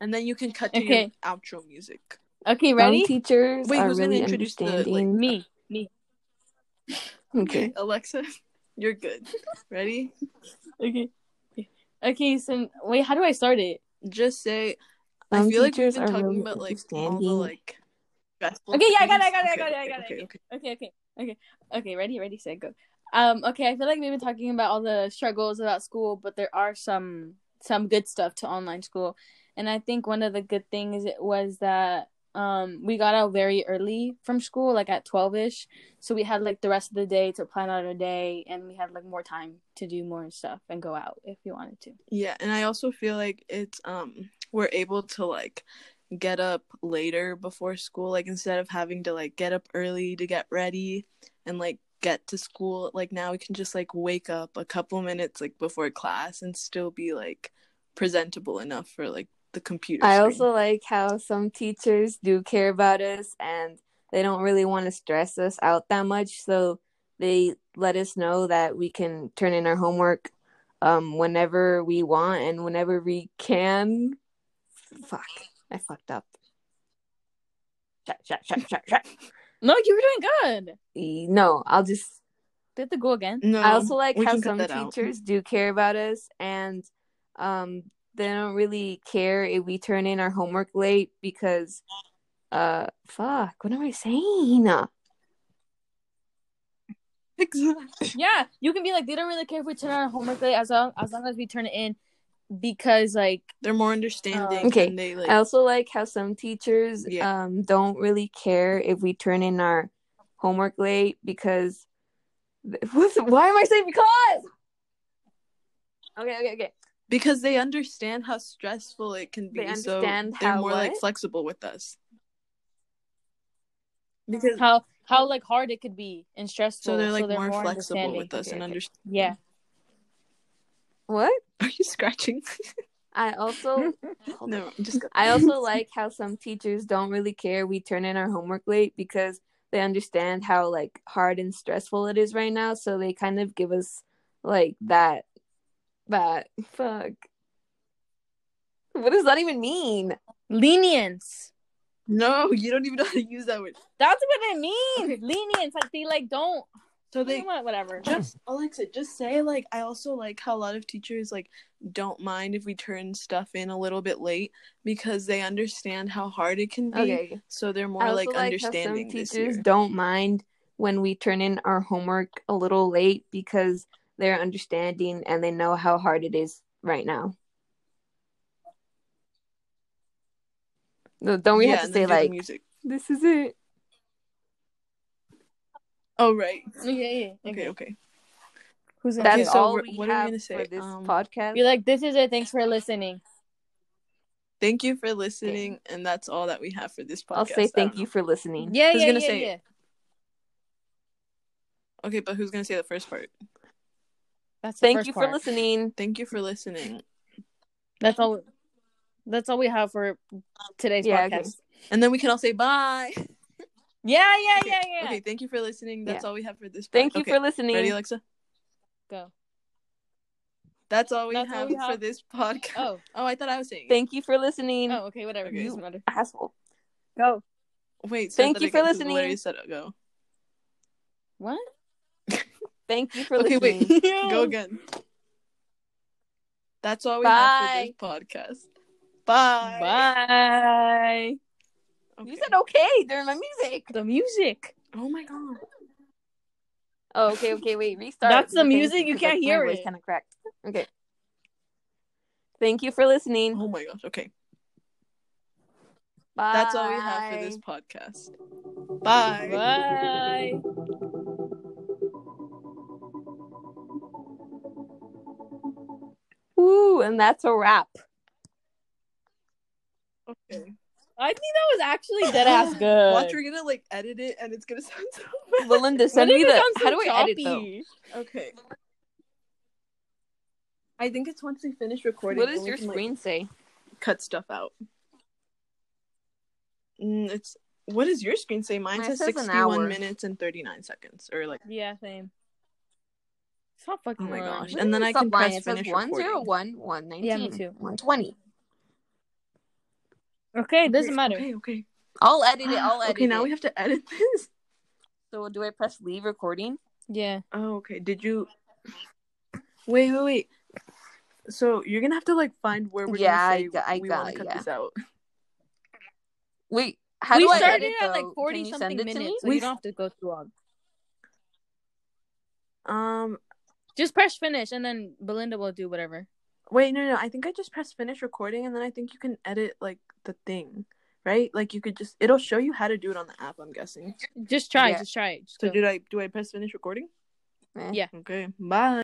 And then you can cut to your Okay. outro music. okay ready Some teachers Wait, are who's gonna really introduce the, like- understanding. me me okay. Alexa, you're good. Ready? okay okay so wait how do i start it Just say Some I feel like we've teachers been are talking really about like all the understanding. like stressful Okay, yeah, I got it, I things. got it, I Okay, got it, I got okay, it, Okay, okay. Okay, okay, okay, okay. Ready, ready, set, go. Um, okay. I feel like we've been talking about all the struggles about school, but there are some some good stuff to online school, and I think one of the good things was that um we got out very early from school, like at twelve ish, so we had like the rest of the day to plan out our day, and we had like more time to do more stuff and go out if we wanted to. Yeah, and I also feel like it's um we're able to like get up later before school, like instead of having to like get up early to get ready and like get to school, like now we can just like wake up a couple minutes like before class and still be like presentable enough for like the computer. I screen. also like how some teachers do care about us and they don't really want to stress us out that much, so they let us know that we can turn in our homework um whenever we want and whenever we can. Fuck. I fucked up. Shut, shut, shut, shut, shut. No, you were doing good. E- No, I'll just Did the go again? no, I also like Um, we how can cut some that out. teachers do care about us and um they don't really care if we turn in our homework late because uh fuck, what am I saying? Yeah, you can be like, they don't really care if we turn our homework late as long as long as we turn it in, because like They're more understanding. Uh, Okay, and they like I also like how some teachers Yeah. um don't really care if we turn in our homework late because what's, why am I saying because? Okay, okay, okay. because they understand how stressful it can be. They so understand they're how more like what? flexible with us. Because how how like hard it could be and stressful. so they're like more, flexible with us Okay, and okay. understand. Yeah, What? Are you scratching? I also hold no, I'm just. gonna- I also like how some teachers don't really care we turn in our homework late because they understand how like hard and stressful it is right now, so they kind of give us like that that fuck. What does that even mean? lenience. No, you don't even know how to use that word. That's what it means. Lenience, like they like don't. So they they want whatever. just Alexa, just say like I also like how a lot of teachers like don't mind if we turn stuff in a little bit late because they understand how hard it can be. Okay. So they're more I also like, how understanding some this teachers year. don't mind when we turn in our homework a little late because they're understanding and they know how hard it is right now. No, Don't we yeah, have to and then say do the like music. this is it? Oh right. Yeah, yeah. Okay, okay. Who's That's so all wh- we what are we have gonna for say? this Um, podcast. You're like, this is it. Thanks for listening. Thank you for listening, and that's all that we have for this podcast. I'll say I thank don't you for listening. Yeah, Who's yeah, gonna yeah, say it? yeah. know. Okay, but who's gonna say the first part? That's the Thank first you part. for listening. Thank you for listening, That's all. That's all we have for today's Yeah, okay. podcast. and then we can all say bye. Yeah, yeah, Okay, yeah, yeah. Okay, thank you for listening. That's Yeah. all we have for this. part. Thank you Okay, for listening. Ready, Alexa? Go. That's all we, That's all have, we for have. this podcast. Oh. Oh, I thought I was saying. it. Thank you for listening. oh, okay, whatever. Okay. Doesn't matter. Asshole. Go. Wait. start Thank that you for again, 'cause listening. Larry said it, go. What? Thank you for okay, listening. wait. go again. That's all we have for this podcast. Bye. Bye. Okay. You said okay during my music. The music. Oh my god. Oh, okay, okay, wait, restart. That's the Okay, music, you because, can't like, my hear voice it. Kind of cracked. Okay. Thank you for listening. Oh my gosh. Okay. Bye. That's all we have for this podcast. Bye. Bye. Ooh, and that's a wrap. Okay. I think that was actually dead ass good. Watch, we're gonna like edit it, and it's gonna sound so bad. Belinda, When send did me it the. sound so How do I edit though? choppy? Okay. I think it's once we finish recording. What then does we your can, like, screen say? cut stuff out. Mm, it's what does your screen say? Mine Mine says says an sixty-one hour. minutes and thirty-nine seconds, or like Yeah, same. Stop fucking Oh my lying. gosh. And then I Stop can lying. press It says finish 101, 119, Yeah, me too. 120. Okay, it doesn't matter. Okay, okay. I'll edit it. I'll edit okay, now it. we have to edit this. So do I press leave recording? Yeah. Oh, okay. Did you? Wait, wait, wait. So you're gonna have to like find where we're Yeah, I gonna say got- I we want got- to cut yeah. this out. Wait, how we do I started edit at like though? 40 Can you something send it to me? minutes, so We- you don't have to go too long. Um, Just press finish and then Belinda will do whatever. wait, no, no. I think I just pressed finish recording, and then I think you can edit like the thing, right? Like you could just it'll show you how to do it on the app. I'm guessing. Just try, Yeah. just try it. Just So go. did I do I press finish recording? Eh. Yeah. Okay, bye.